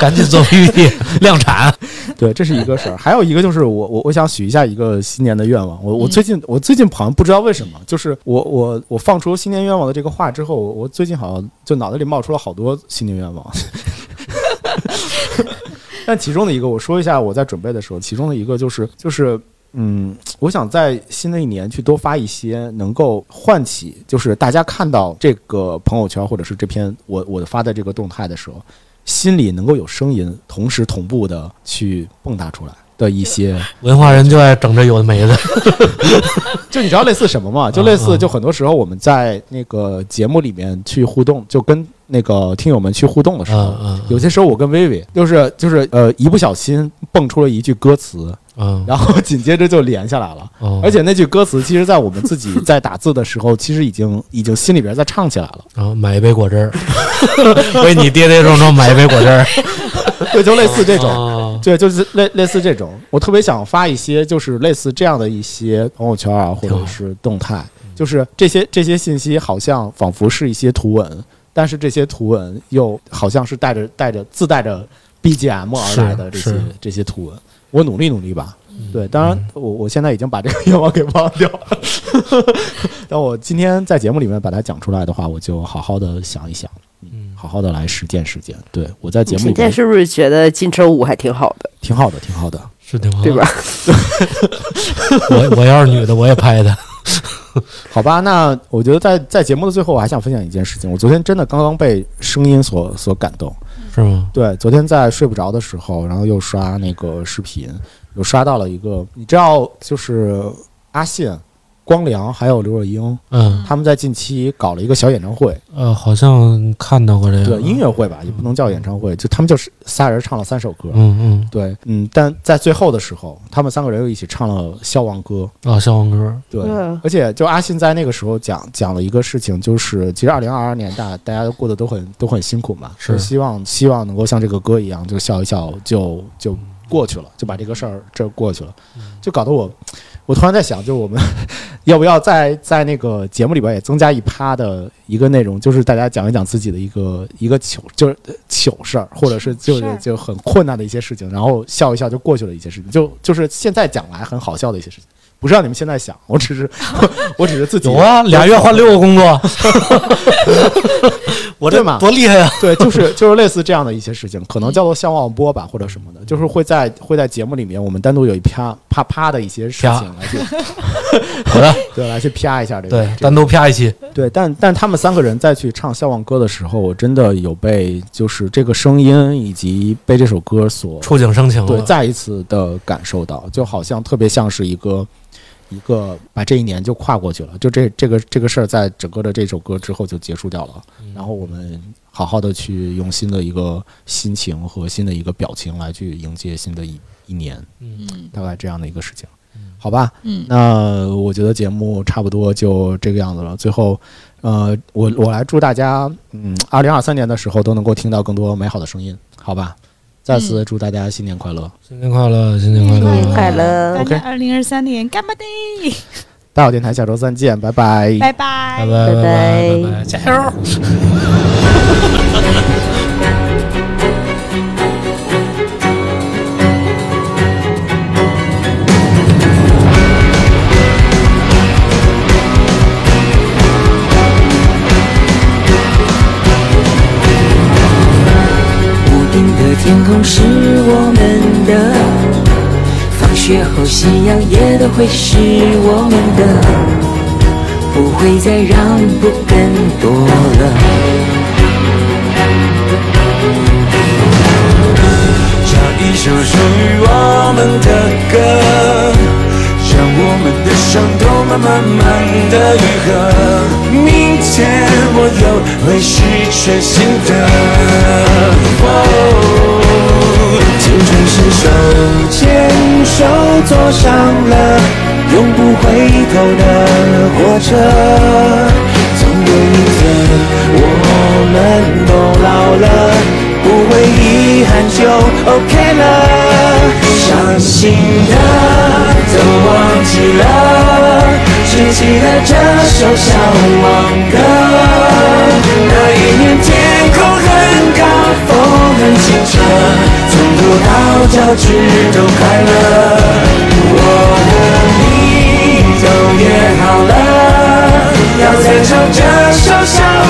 S2: 赶 紧做 PPT 量产。
S1: 对，这是一个事儿。还有一个就是我我我想许一下一个新年的愿望。我我
S3: 嗯
S1: 最近我最近好像不知道为什么，就是我我我放出新年愿望的这个话之后，我我最近好像就脑袋里冒出了好多新年愿望。 但其中的一个，我说一下我在准备的时候，其中的一个就是就是。嗯，我想在新的一年去多发一些能够唤起，就是大家看到这个朋友圈或者是这篇我我发的这个动态的时候，心里能够有声音，同时同步的去蹦跶出来的一些，
S2: 文化人就爱整这有的没的。
S1: 就你知道类似什么吗？就类
S2: 嗯
S1: 似，
S2: 嗯
S1: 就很多时候我们在那个节目里面去互动，就跟那个听友们去互动的时候
S2: 嗯，嗯
S1: 有些时候我跟薇薇就是就是呃一不小心蹦出了一句歌词，
S2: 嗯，
S1: 然后紧接着就连下来了。
S2: 嗯
S1: 而且那句歌词，其实，在我们自己在打字的时候，其实已经已经心里边在唱起来了，
S2: 然后买一杯果汁儿， 为你跌跌撞撞买一杯果汁儿。 哦
S1: 对，就类似这种。
S2: 种
S1: 对，就是类类似这种，我特别想发一些就是类似这样的一些朋友圈啊，或
S2: 挺好嗯
S1: 者是动态，就是这些这些信息好像仿佛是一些图文，但是这些图文又好像是带着带着自带着 BGM 而
S2: 是
S1: 来的这些
S2: 是嗯
S1: 这些图文，我努力努力吧。对，当然我我现在已经把这个愿望给忘掉了， 但我今天在节目里面把它讲出来的话，我就好好的想一想，嗯，好好的来实践嗯实践。对我在节目里
S5: 现在
S1: 面
S5: 是不是觉得金城武还挺好的，
S1: 挺好的，挺好的。
S2: 是挺好，
S5: 对
S1: 啊
S5: 吧？？
S2: 我我要是女的，我也拍的。
S1: 好吧，那我觉得在在节目的最后，我还想分享一件事情。我昨天真的刚刚被声音所所感动。
S2: 是吗？
S1: 对，昨天在睡不着的时候，然后又刷那个视频，又刷到了一个，你知道，就是阿信、光良还有刘若英，
S2: 嗯，
S1: 他们在近期搞了一个小演唱会，
S2: 呃，好像看到过这个。
S1: 嗯对，音乐会吧，也不能叫演唱会，就他们就是仨人唱了三首歌。
S2: 嗯
S1: 对，嗯，但在最后的时候，他们三个人又一起唱了《消亡歌》。
S2: 嗯，啊，消防哥，
S1: 对
S5: 对
S3: 嗯
S5: 啊，
S1: 而且就阿信在那个时候讲讲了一个事情，就是其实二零二二年大大家过得都很都很辛苦嘛，
S2: 是
S1: 就希望希望能够像这个歌一样，就笑一笑就就过去了，就把这个事儿这儿过去了，
S3: 嗯
S1: 就搞得我我突然在想，就是我们 要不要在在那个节目里边也增加一趴的一个内容，就是大家讲一讲自己的一个一个糗，就是呃糗事儿，或者是就
S3: 糗事
S1: 是
S3: 儿
S1: 就很困难的一些事情，然后笑一笑就过去了一些事情，就就是现在讲来很好笑的一些事情。不是让你们现在想，我只是我只是自己
S2: 有啊，俩月换六个工作， 我这
S1: 对嘛
S2: 多厉害啊！
S1: 对，就是就是类似这样的一些事情，可能叫做相望波吧，或者什么的，就是会在
S2: 嗯
S1: 会在节目里面，我们单独有一啪啪啪的一些事
S2: 啪
S1: 情来去，
S2: 好的，
S1: 对，来去啪一下这个
S2: 对，，
S1: 这
S2: 单
S1: 个
S2: 独啪一期，
S1: 对，但但他们三个人再去唱《相望歌》的时候，我真的有被就是这个声音以及被这首歌所
S2: 触景生情
S1: 对
S2: 了。
S1: 再一次的感受到，就好像特别像是一个。一个把这一年就跨过去了，就这这个这个事儿，在整个的这首歌之后就结束掉了。然后我们好好的去用新的一个心情和新的一个表情来去迎接新的一一年，
S2: 嗯
S1: 大概这样的一个事情。好吧，
S3: 嗯，
S1: 那我觉得节目差不多就这个样子了。最后，呃，我我来祝大家，嗯，二零二三年的时候都能够听到更多美好的声音，好吧？再次祝大家新年快乐，
S2: 新年快乐，
S1: 嗯
S2: 新年快
S3: 新年
S2: 乐，
S5: 快乐
S3: 大。
S1: OK
S3: 家二零二三年干巴的，
S1: 大小电台下周三见，拜嗯拜
S3: 拜
S2: 拜。拜
S3: 拜
S5: 拜
S2: 拜
S5: 拜
S2: 拜拜，加油！
S8: 屋顶的天空是我们的，放学后夕阳也都会是我们的，不会再让步更多了。
S9: 唱一首属于我们的歌，让我们的伤痛慢慢慢的愈合。明天我又会是全新的。哦青春是手牵手坐上了永不回头的火车，总有一天我们都老了，不会遗憾就 OK 了。伤心的都忘记了，只记得这首向往歌。那一年天空很高，风很清澈，从头到脚趾都快乐。我和你都约好了，要再唱这首向